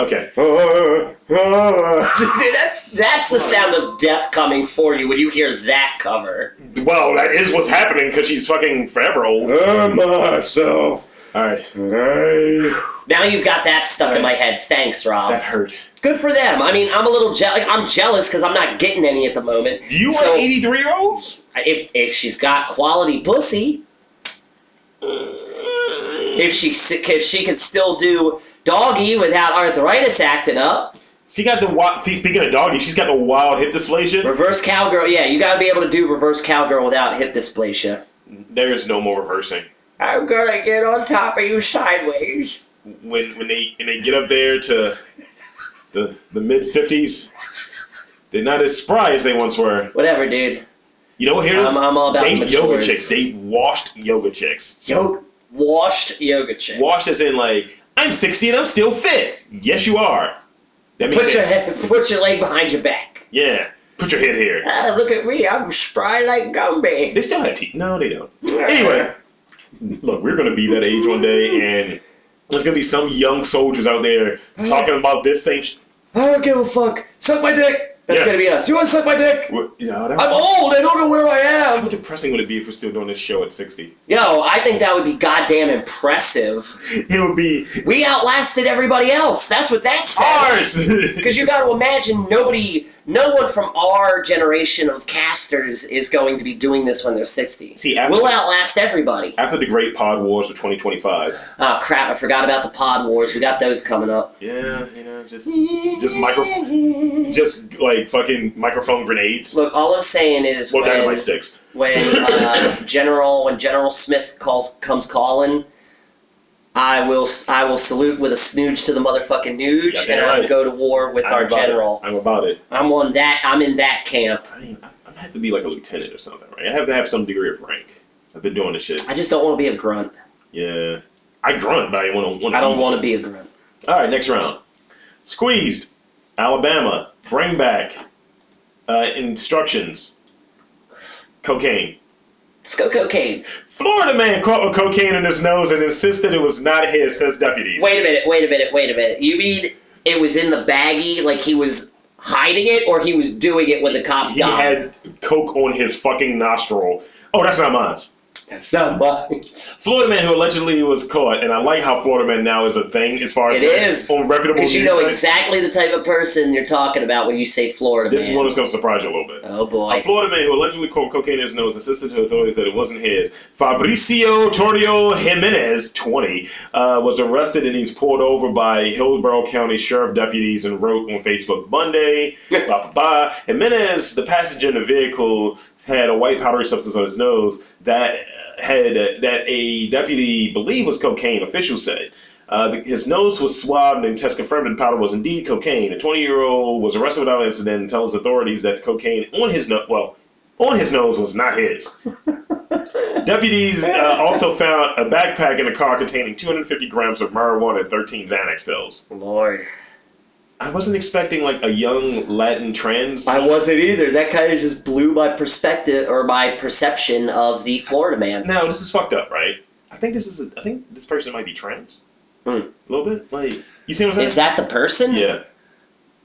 Okay. Uh, uh. Dude, that's that's the sound of death coming for you when you hear that cover. Well, that is what's happening because she's fucking forever old. myself. All right. Now you've got that stuck in my head. Thanks, That Rob. hurt. Good for them. I mean, I'm a little jealous. Like, I'm jealous because I'm not getting any at the moment. Do you So- want 83 year olds? if if she's got quality pussy, if she if she can still do doggy without arthritis acting up, She got the wild. See, speaking of doggy, she's got the wild hip dysplasia. reverse cowgirl. Yeah, you gotta be able to do reverse cowgirl without hip dysplasia. There is no more reversing. I'm gonna get on top of you sideways. when when they when they get up there to the the mid fifties, they're not as spry as they once were. Whatever, dude. You know what? Here's I'm, I'm all about they yoga matures. chicks. They washed yoga chicks. Yo, washed yoga chicks. Washed as in like I'm sixty and I'm still fit. Yes, you are. That means Put your head, put your leg behind your back. yeah. Put your head here. Ah, look at me, I'm spry like Gumby. They still have teeth. No, they don't. Anyway, look, we're gonna be that age one day, and there's gonna be some young soldiers out there talking about this same. Sh- I don't give a fuck. Suck my dick. That's Yeah. gonna be us. You want to suck my dick? We're- no, that I'm old. I don't know where I am. How depressing would it be if we're still doing this show at sixty? Yo, I think that would be goddamn impressive. It would be We outlasted everybody else. That's what that says. ours. Because you got to imagine nobody, no one from our generation of casters is going to be doing this when they're [LAUGHS] 60. See, after- we'll outlast everybody. After the Great Pod Wars of 2025. Oh crap! I forgot about the Pod Wars. We got those coming up. Yeah, you know, just just micro, just like fucking microphone grenades Look, all I'm saying is or when dynamite sticks. [LAUGHS] when uh, General when General Smith calls comes calling, I will I will salute with a snooge to the motherfucking nooge, Yeah, and yeah, I will right. go to war with our I'm about general. It. I'm about it. I'm on that. I'm in that camp. I mean, I, I have to be like a lieutenant or something, right? I have to have some degree of rank. I've been doing this shit. I just don't want to be a grunt. Yeah, I grunt, but I want to. I don't want to be a grunt. All right, next round. Squeezed. Alabama. Bring back. Uh, instructions. Cocaine. Let's go cocaine. Florida man caught with cocaine in his nose and insisted it was not his, says deputies. Wait a minute. Wait a minute. Wait a minute. You mean it was in the baggie, like he was hiding it, or he was doing it when the cops He got him? had coke on his fucking nostril. Oh, that's not mine. [LAUGHS] That's not mine. Florida man who allegedly was caught, and I like how Florida man now is a thing as far as It is. on reputable Because you news know sites. exactly the type of person you're talking about when you say Florida This man. is one that's going to surprise you a little bit. oh boy. A Florida man who allegedly caught cocaine in his nose insisted to authorities that it wasn't his. Fabricio Torrio Jimenez, 20, uh, was arrested and he's pulled over by Hillsborough County Sheriff deputies and wrote on Facebook Monday, blah, blah, blah. Jimenez, the passenger in the vehicle, had a white powdery substance on his nose that uh, had that a deputy believed was cocaine, officials said. Uh, the, his nose was swabbed and test confirmed the powder was indeed cocaine. A 20 year old was arrested without incident and tells authorities that cocaine on his nose, well, on his nose was not his. Deputies uh, also found a backpack in a car containing 250 grams of marijuana and 13 Xanax pills. Lord. I wasn't expecting like a young Latin trans. I wasn't either. That kind of just blew my perspective or my perception of the Florida man. Now this is fucked up, right? I think this is. I think this person might be trans. Hmm. A little bit, like you see what I'm Is saying? that the person? yeah.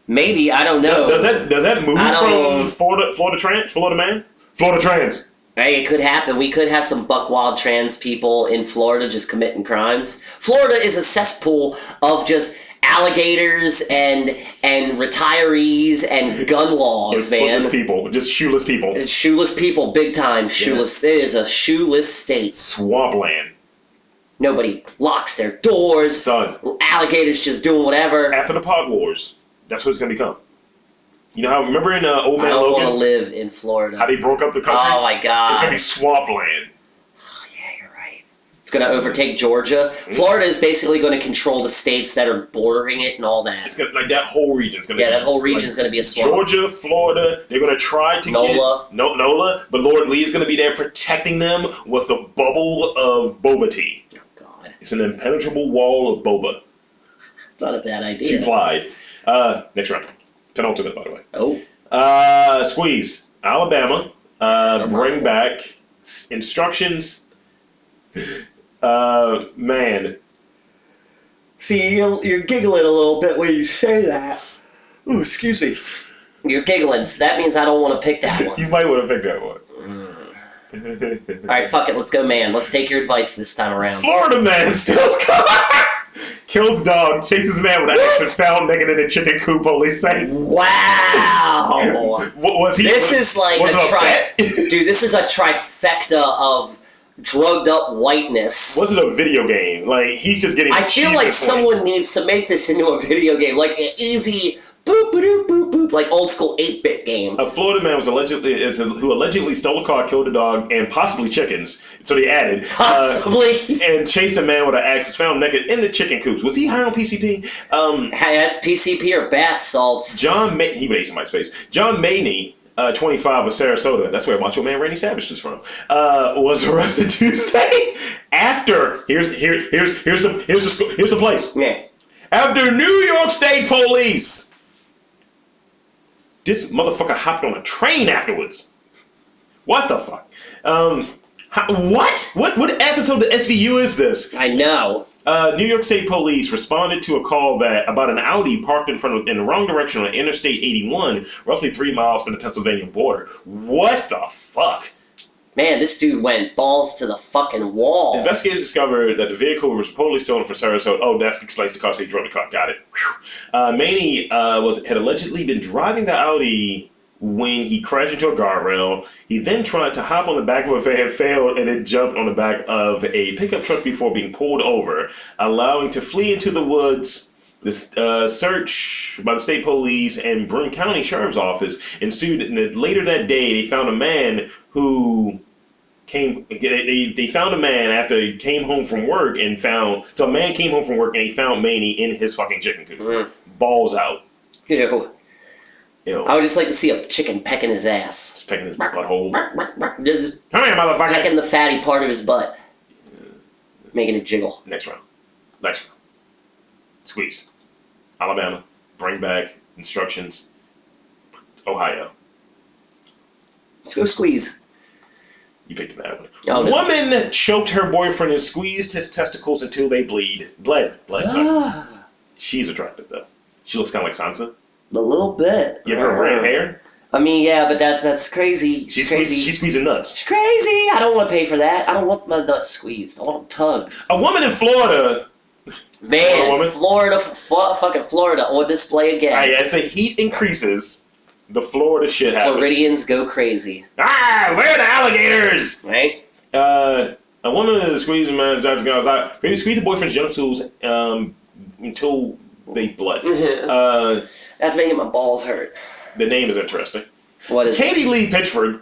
Maybe I don't know. Does that does that move I don't- from Florida Florida trans Florida man Florida trans? Hey, it could happen. We could have some buck wild trans people in Florida just committing crimes. Florida is a cesspool of just alligators and and retirees and gun laws, Just man. Footless people, just shoeless people. It's shoeless people, big time. Shoeless. It is a shoeless state. Swampland, Nobody locks their doors. son. Alligators just doing whatever. After the Pod Wars, that's what it's gonna become. You know how remember in uh, Old I Man don't want to Logan live in how Florida. they broke up the country? Oh my god. it's gonna be Swampland. Yeah, you're right. It's going to overtake Georgia. Mm. Florida is basically going to control the states that are bordering it and all It's that. gonna like that whole region's gonna. Yeah, be, that whole like, region's going to be a swamp. Georgia, Florida, they're gonna try to NOLA. get no NOLA, but Lord Lee is gonna be there protecting them with a bubble of boba tea. Oh, God. It's an impenetrable wall of boba, It's not a bad two idea. plied. Uh, next round, penultimate, by the way. Oh, Uh, squeezed. Alabama. Uh, bring back instructions. Uh, man. see, you're, you're giggling a little bit when you say that. Ooh, excuse me. You're giggling, so that means I don't want to pick that [LAUGHS] one. You might want to pick that one. All right, fuck it. Let's go, man. Let's take your advice this time [LAUGHS] around. Florida man steals car. [LAUGHS] Kills dog, chases man with an axe and found naked in a chicken coop, police say. Wow. What was he? This was- is like was it a a tri- [LAUGHS] bet? [LAUGHS] dude. This is a trifecta of drugged up whiteness. was it a video game? Like, he's just getting. I feel like achievement someone points. needs to make this into a video game, like an easy boop boop boop boop, like old school eight bit game. A Florida man was allegedly is who allegedly stole a car, killed a dog, and possibly chickens. So they added. uh, Possibly. [LAUGHS] and chased a man with an axe. Was found naked in the chicken coops. Was he high on PCP? Um, Hey, that's PCP or bath salts. John Ma- he raised somebody's face. John Maney, uh, 25 of Sarasota, that's where Macho Man Randy Savage was from, uh, was [LAUGHS] arrested Tuesday [LAUGHS] after here's here here's here's the here's the sc- here's the place Yeah. after New York State Police This motherfucker hopped on a train afterwards. What the fuck? Um, how, what? What? What episode of SVU is this? I know. Uh, New York State Police responded to a call that about an Audi parked in front of in the wrong direction on Interstate 81, roughly three miles from the Pennsylvania border. What the fuck? Man, this dude went balls to the fucking wall. Investigators discovered that the vehicle was reportedly stolen from Sarasota. Oh, that explains the car. So he drove the car. Got it. Whew. Uh, Maney uh, was had allegedly been driving the Audi when he crashed into a guardrail. He then tried to hop on the back of a van, [LAUGHS] failed, and then jumped on the back of a pickup truck before being pulled over, allowing to flee into the woods. This uh, search by the state police and Broome County Sheriff's Office ensued. And then later that day, they found a man who came they- they, they found a man after he came home from work and found so a man came home from work and he found Manny in his fucking chicken coop. Mm. Balls out. Ew. Ew. I would just like to see a chicken pecking his ass. Just pecking his butthole. Come Just here, motherfucker. pecking the fatty part of his butt. Making it jiggle. Next round. Next round. Squeeze. Alabama. Bring back instructions. Ohio. Let's go squeeze. You picked a bad one. Oh, no. Woman choked her boyfriend and squeezed his testicles until they bleed. Bled. Bled. Sorry. [GASPS] Ah, She's attractive though. She looks kind of like Sansa. a little bit. Give her red hair. I mean, yeah, but that's that's crazy. She's She's squeezing, crazy. she's squeezing nuts. She's crazy. I don't want to pay for that. I don't want my nuts squeezed. I want them tugged. A woman in Florida, Florida Man, woman? Florida, fu- fucking Florida on display again. I- as the heat increases, the Florida shit happens. Floridians go crazy, Ah, where are the alligators? right? [LAUGHS] Uh, a woman is squeezing man's judge goes out. Maybe squeeze the boyfriend's genitals um, until they blood. Mm-hmm. uh, That's making my balls hurt. the name is interesting. What is Katie Lee Pitchford,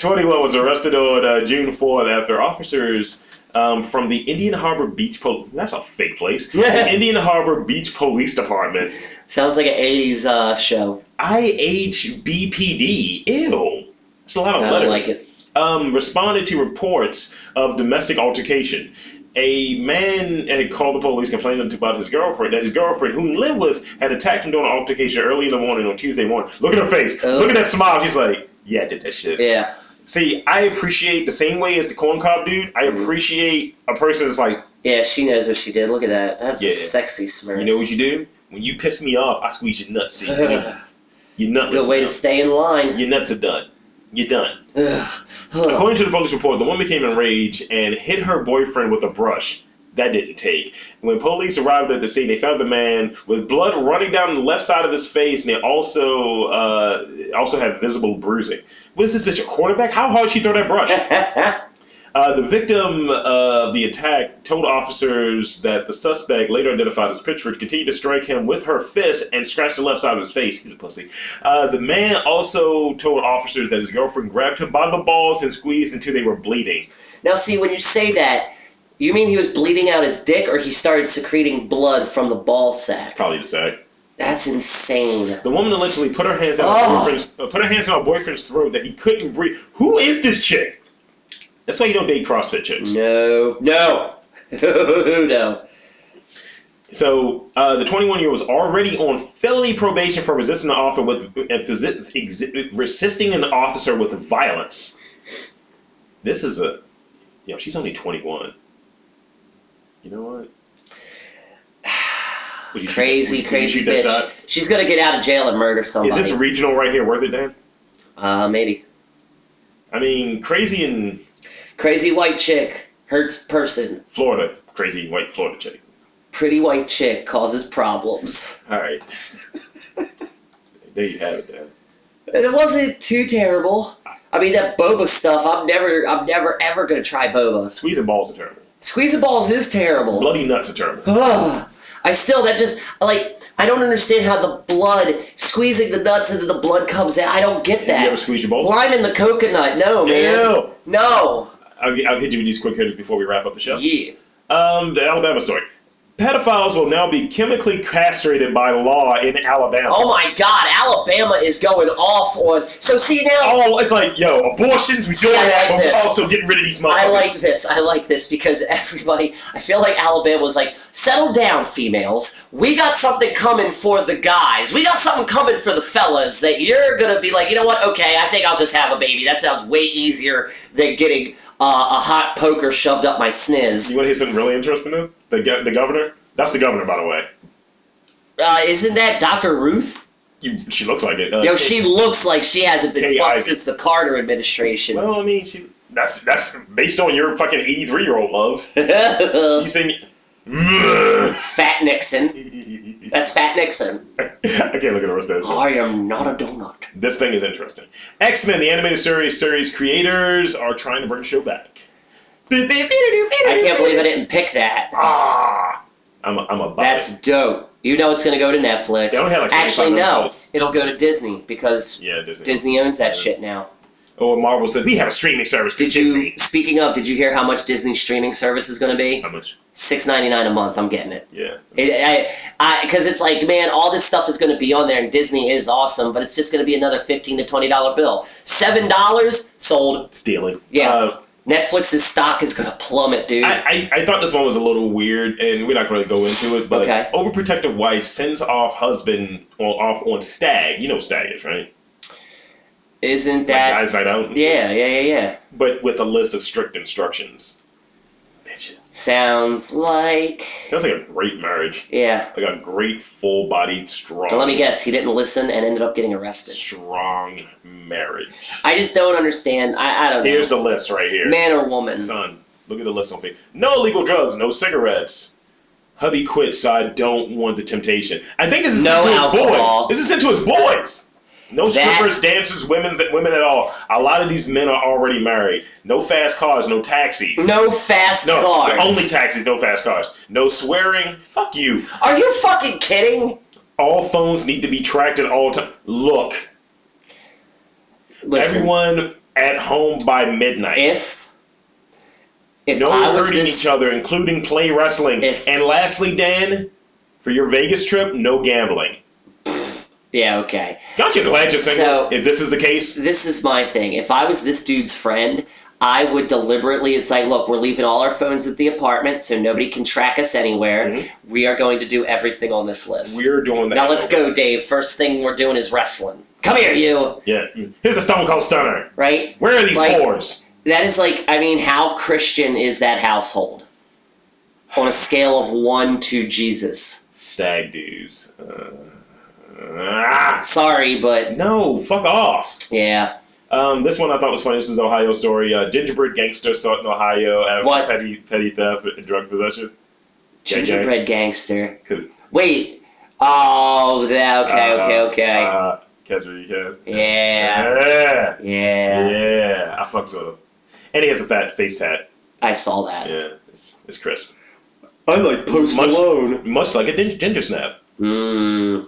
[LAUGHS] 21, was arrested on uh, June 4th after officers um, from the Indian Harbor Beach Police. That's a fake place. the Indian Harbor Beach Police Department Sounds like an 80s uh, show. IHBPD. Ew. It's a lot of I Oh, letters. don't like it. Um, responded to reports of domestic altercation. A man had called the police complaining about his girlfriend that his girlfriend, who he lived with, had attacked him during an altercation early in the morning on Tuesday morning. Look at her face. Oh. Look at that smile. She's like, "Yeah, I did that shit." Yeah. See, I appreciate the same way as the corn cob dude. I Mhm. appreciate a person that's like, Yeah, she knows what she did. Look at that. That's a Yeah. sexy smirk. "You know what you do? When you piss me off, I squeeze your nuts. [LAUGHS] See, you're nutless. Good way to now. stay in line. Your nuts are done. You're done." Ugh. [LAUGHS] Ugh. According to the police report, the woman became enraged and hit her boyfriend with a brush. That didn't take. When police arrived at the scene, they found the man with blood running down the left side of his face, and they also uh, also had visible bruising. What is this bitch a quarterback? How hard she throw that brush? Uh, the victim of the attack told officers that the suspect, later identified as Pitchford, continued to strike him with her fist and scratched the left side of his face. He's a pussy. Uh, the man also told officers that his girlfriend grabbed him by the balls and squeezed until they were bleeding. now, see, when you say that, you mean he was bleeding out his dick or he started secreting blood from the ball sack? Probably to say. That's insane. The woman allegedly put her hands down her Oh. boyfriend's uh, put her hands on her boyfriend's throat that he couldn't breathe. Who is this chick? That's why you don't date CrossFit chicks. No. No. [LAUGHS] no. So uh, the 21 year old was already on felony probation for resisting an officer with uh, phys- exi- resisting an officer with violence. This is a, you know, she's only 21. You know what? [SIGHS] Would you shoot- Crazy, would you- would you crazy shoot that bitch. shot? She's gonna get out of jail and murder Is somebody. this regional right here worth it, Dan? uh, maybe. I mean, crazy in Crazy white chick hurts person. Florida, crazy white Florida chick. Pretty white chick causes problems. All [LAUGHS] right, there you have it, Dan. And It wasn't too terrible. I mean that boba stuff. I'm never, I'm never ever gonna try boba. Squeezing balls are terrible. Squeeze the balls is terrible. Bloody nuts are terrible. Ugh. I still that just like I don't understand how the blood squeezing the nuts into the blood comes out. I don't get You ever that. squeeze your balls? Lime in the coconut, no man, Ew. no. I'll, I'll hit you with these quick hitters before we wrap up the show. Yeah. Um, the Alabama story. pedophiles will now be chemically castrated by law in Alabama. Oh my God, Alabama is going off on. So see now, All- Oh, it's like, yo, abortions, we do See, I like it, but we're this. also getting rid of these motherfuckers. I like this. I like this because everybody. I feel like Alabama was like, settle down, females. We got something coming for the guys. We got something coming for the fellas that you're gonna be like, you know what? Okay, I think I'll just have a baby. That sounds way easier than getting uh, a hot poker shoved up my You sniz. want to hear something really interesting, though? The, go- the governor? That's the governor, by the way. Uh, isn't that Dr. Ruth? You, she looks like it. Uh, Yo, she looks like she hasn't been Hey, I- fucked since the Carter administration. [LAUGHS] Well, I mean, she. That's that's based on your fucking eighty-three year old love. [LAUGHS] You [LAUGHS] say, I Fat Nixon. That's Fat Nixon. can't look at the rest of this. I am not a donut. This thing is interesting. X Men, the animated series series creators are trying to bring the show back. I I can't believe I didn't pick that. Ah, I'm a, I'm a. buy. That's dope. You know it's gonna go to Netflix. They only had, like, 75 Actually, no. episodes. It'll go to Disney because yeah, Disney. Disney owns that shit now. Oh, and Marvel said we have a streaming service. Did Disney. you? Speaking of, did you hear how much Disney streaming service is gonna be? How much? Six ninety nine a month. I'm getting it. Yeah. It, I, because it's like, man, all this stuff is going to be on there, and Disney is awesome, but it's just going to be another fifteen to twenty dollar bill. Seven dollars sold. Stealing. Yeah. Uh, Netflix's stock is going to plummet, dude. I, I, I thought this one was a little weird, and we're not going to go into it, but Okay. overprotective wife sends off husband on, off on stag. You know what stag is, right? Isn't Like that? guys night out. Yeah, yeah, yeah, yeah. But with a list of strict instructions. Bitches. Sounds like. Sounds like a great marriage. Yeah. Like a great, full-bodied, strong, But let me guess, he didn't listen and ended up getting arrested. strong marriage. I just don't understand. I, I don't Here's know. the list right here. Man or woman? Son, look at the list on Facebook. No illegal drugs, no cigarettes. Hubby quit, so I don't want the temptation. I think this is sent No to his boys. alcohol. This is sent to his boys. No That- strippers, dancers, women's women at all. A lot of these men are already married. No fast cars, no taxis. No fast No, cars. only taxis, no fast cars. No swearing. Fuck you. Are you fucking kidding? All phones need to be tracked at all times. Look, Listen, everyone at home by midnight. if if No I was hurting this, each other, including play wrestling. If- and lastly, Dan, for your Vegas trip, no gambling. yeah, okay. Aren't you glad you're single? So- if this is the case, This is my thing. If I was this dude's friend, I would deliberately. It's like, look, we're leaving all our phones at the apartment, so nobody can track us anywhere. Mhm. We are going to do everything on this list. we're doing that. now let's go, Dave. First thing we're doing is wrestling. Come here, you. Yeah, here's a Stone Cold Stunner. Right? Where are these Like- whores? That is like, I mean, how Christian is that household? On a scale of one to Jesus. Stag dudes. Uh, ah, Sorry, but no, fuck off. yeah. Um, this one I thought was funny. This is an Ohio story. Uh, gingerbread gangster sought in Ohio after What? petty petty theft and drug possession. Yeah, yeah. Gingerbread gangster. 'Cause, Wait. Oh, that, okay, uh, okay, okay. Uh, catch what you can. yeah, yeah. yeah. Yeah, I fucks with him. And he has a fat face hat. I saw that. Yeah, it's, it's crisp. I like Post Much- Malone. Much like a gin- ginger snap. Mm,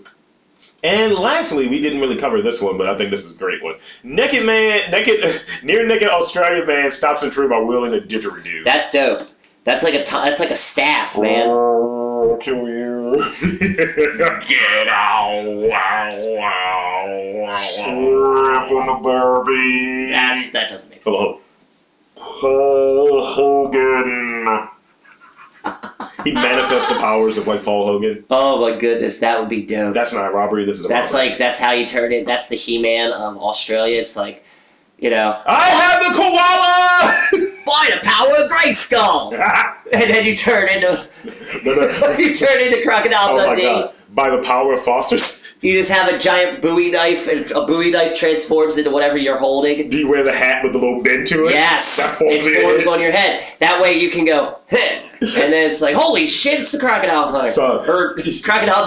And lastly, we didn't really cover this one, but I think this is a great one. Naked man, naked, [LAUGHS] near naked Australian man stops in tree by wielding a didgeridoo. that's dope. That's like a t- that's like a staff, man. Oh, kill you. [LAUGHS] Get out. Wow, wow, wow. Slap on the Barbie. That's that doesn't make sense. Hello. Paul Hogan. he manifests the powers of like Paul Hogan. Oh my goodness, that would be dope. That's not robbery. This is a That's robbery. like that's how you turn it. That's the He-Man of Australia. It's like, you know, I have the [LAUGHS] koala. by the power of Grayskull, and then you turn into [LAUGHS] no, no. you turn into Crocodile Oh my Dundee. god! By the power of Foster's. You just have a giant Bowie knife, and a Bowie knife transforms into whatever you're holding. Do you wear the hat with the little bend to it? Yes, That forms it your forms head. on your head. That way you can go, "Huh," and then it's like, holy shit, it's the Crocodile Hunter Son. or Crocodile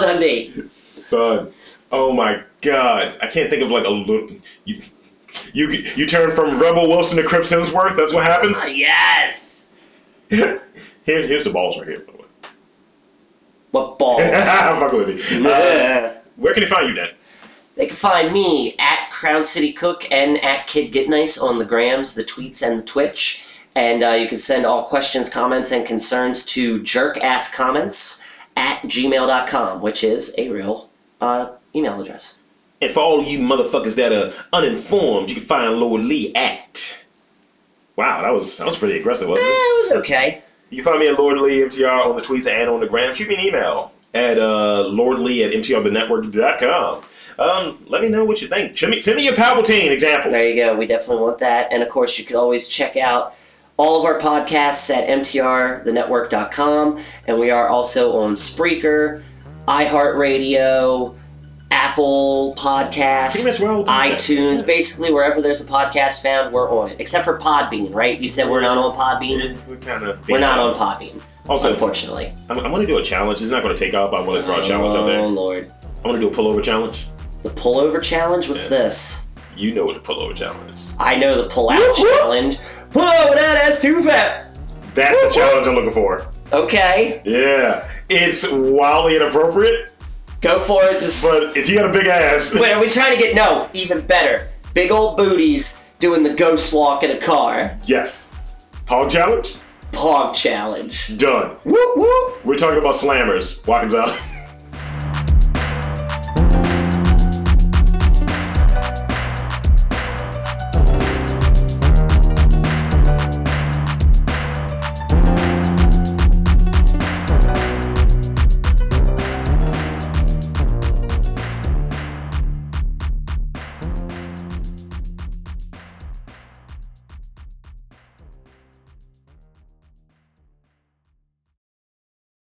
[LAUGHS] Dundee. Son, oh my god! I can't think of like a little. You, you, you turn from Rebel Wilson to Crips Hemsworth. That's what happens. Yes. [LAUGHS] Here, here's the balls right here. By the way. What balls? [LAUGHS] Fuck with me. Uh, Yeah. Where can they find you, Dan? They can find me at Crown City Cook and at Kid Get Nice on the grams, the tweets, and the Twitch. And uh, you can send all questions, comments, and concerns to jerkasscomments at gmail.com, which is a real uh, email address. And for all you motherfuckers that are uninformed, you can find Lord Lee at. Wow, that was that was pretty aggressive, Eh, wasn't it? it was okay. You can find me at Lord Lee MTR on the tweets and on the gram. Shoot me an email at uh, lordlee at mtrthenetwork.com. Um, let me know what you think. Send me, send me your Palpatine examples. There you go. We definitely want that. And of course, you can always check out all of our podcasts at mtrthenetwork.com. And we are also on Spreaker, iHeartRadio, Apple Pretty much Podcasts, where all the podcasts iTunes. are. Basically, wherever there's a podcast found, we're on it. Except for Podbean, right? You said we're not on Podbean? Yeah, We're, kinda We're not on Podbean, Also, unfortunately. I'm, I'm going to do a challenge. It's not going to take off, but I want to throw a challenge out Oh, there. Lord. I want to do a pullover challenge. The pullover challenge? What's this? You know what the pullover challenge is. I know the Whoop, pull-out whoop. challenge. Pull over that ass too fat. That's the challenge I'm looking for. Okay, Yeah. It's wildly inappropriate, go for it. Just but if you got a big ass, [LAUGHS] wait. Are we trying to get no? Even better. Big old booties doing the ghost walk in a car. yes. Hog challenge? Pog challenge. Done. Whoop whoop. We're talking about slammers. Watkins out.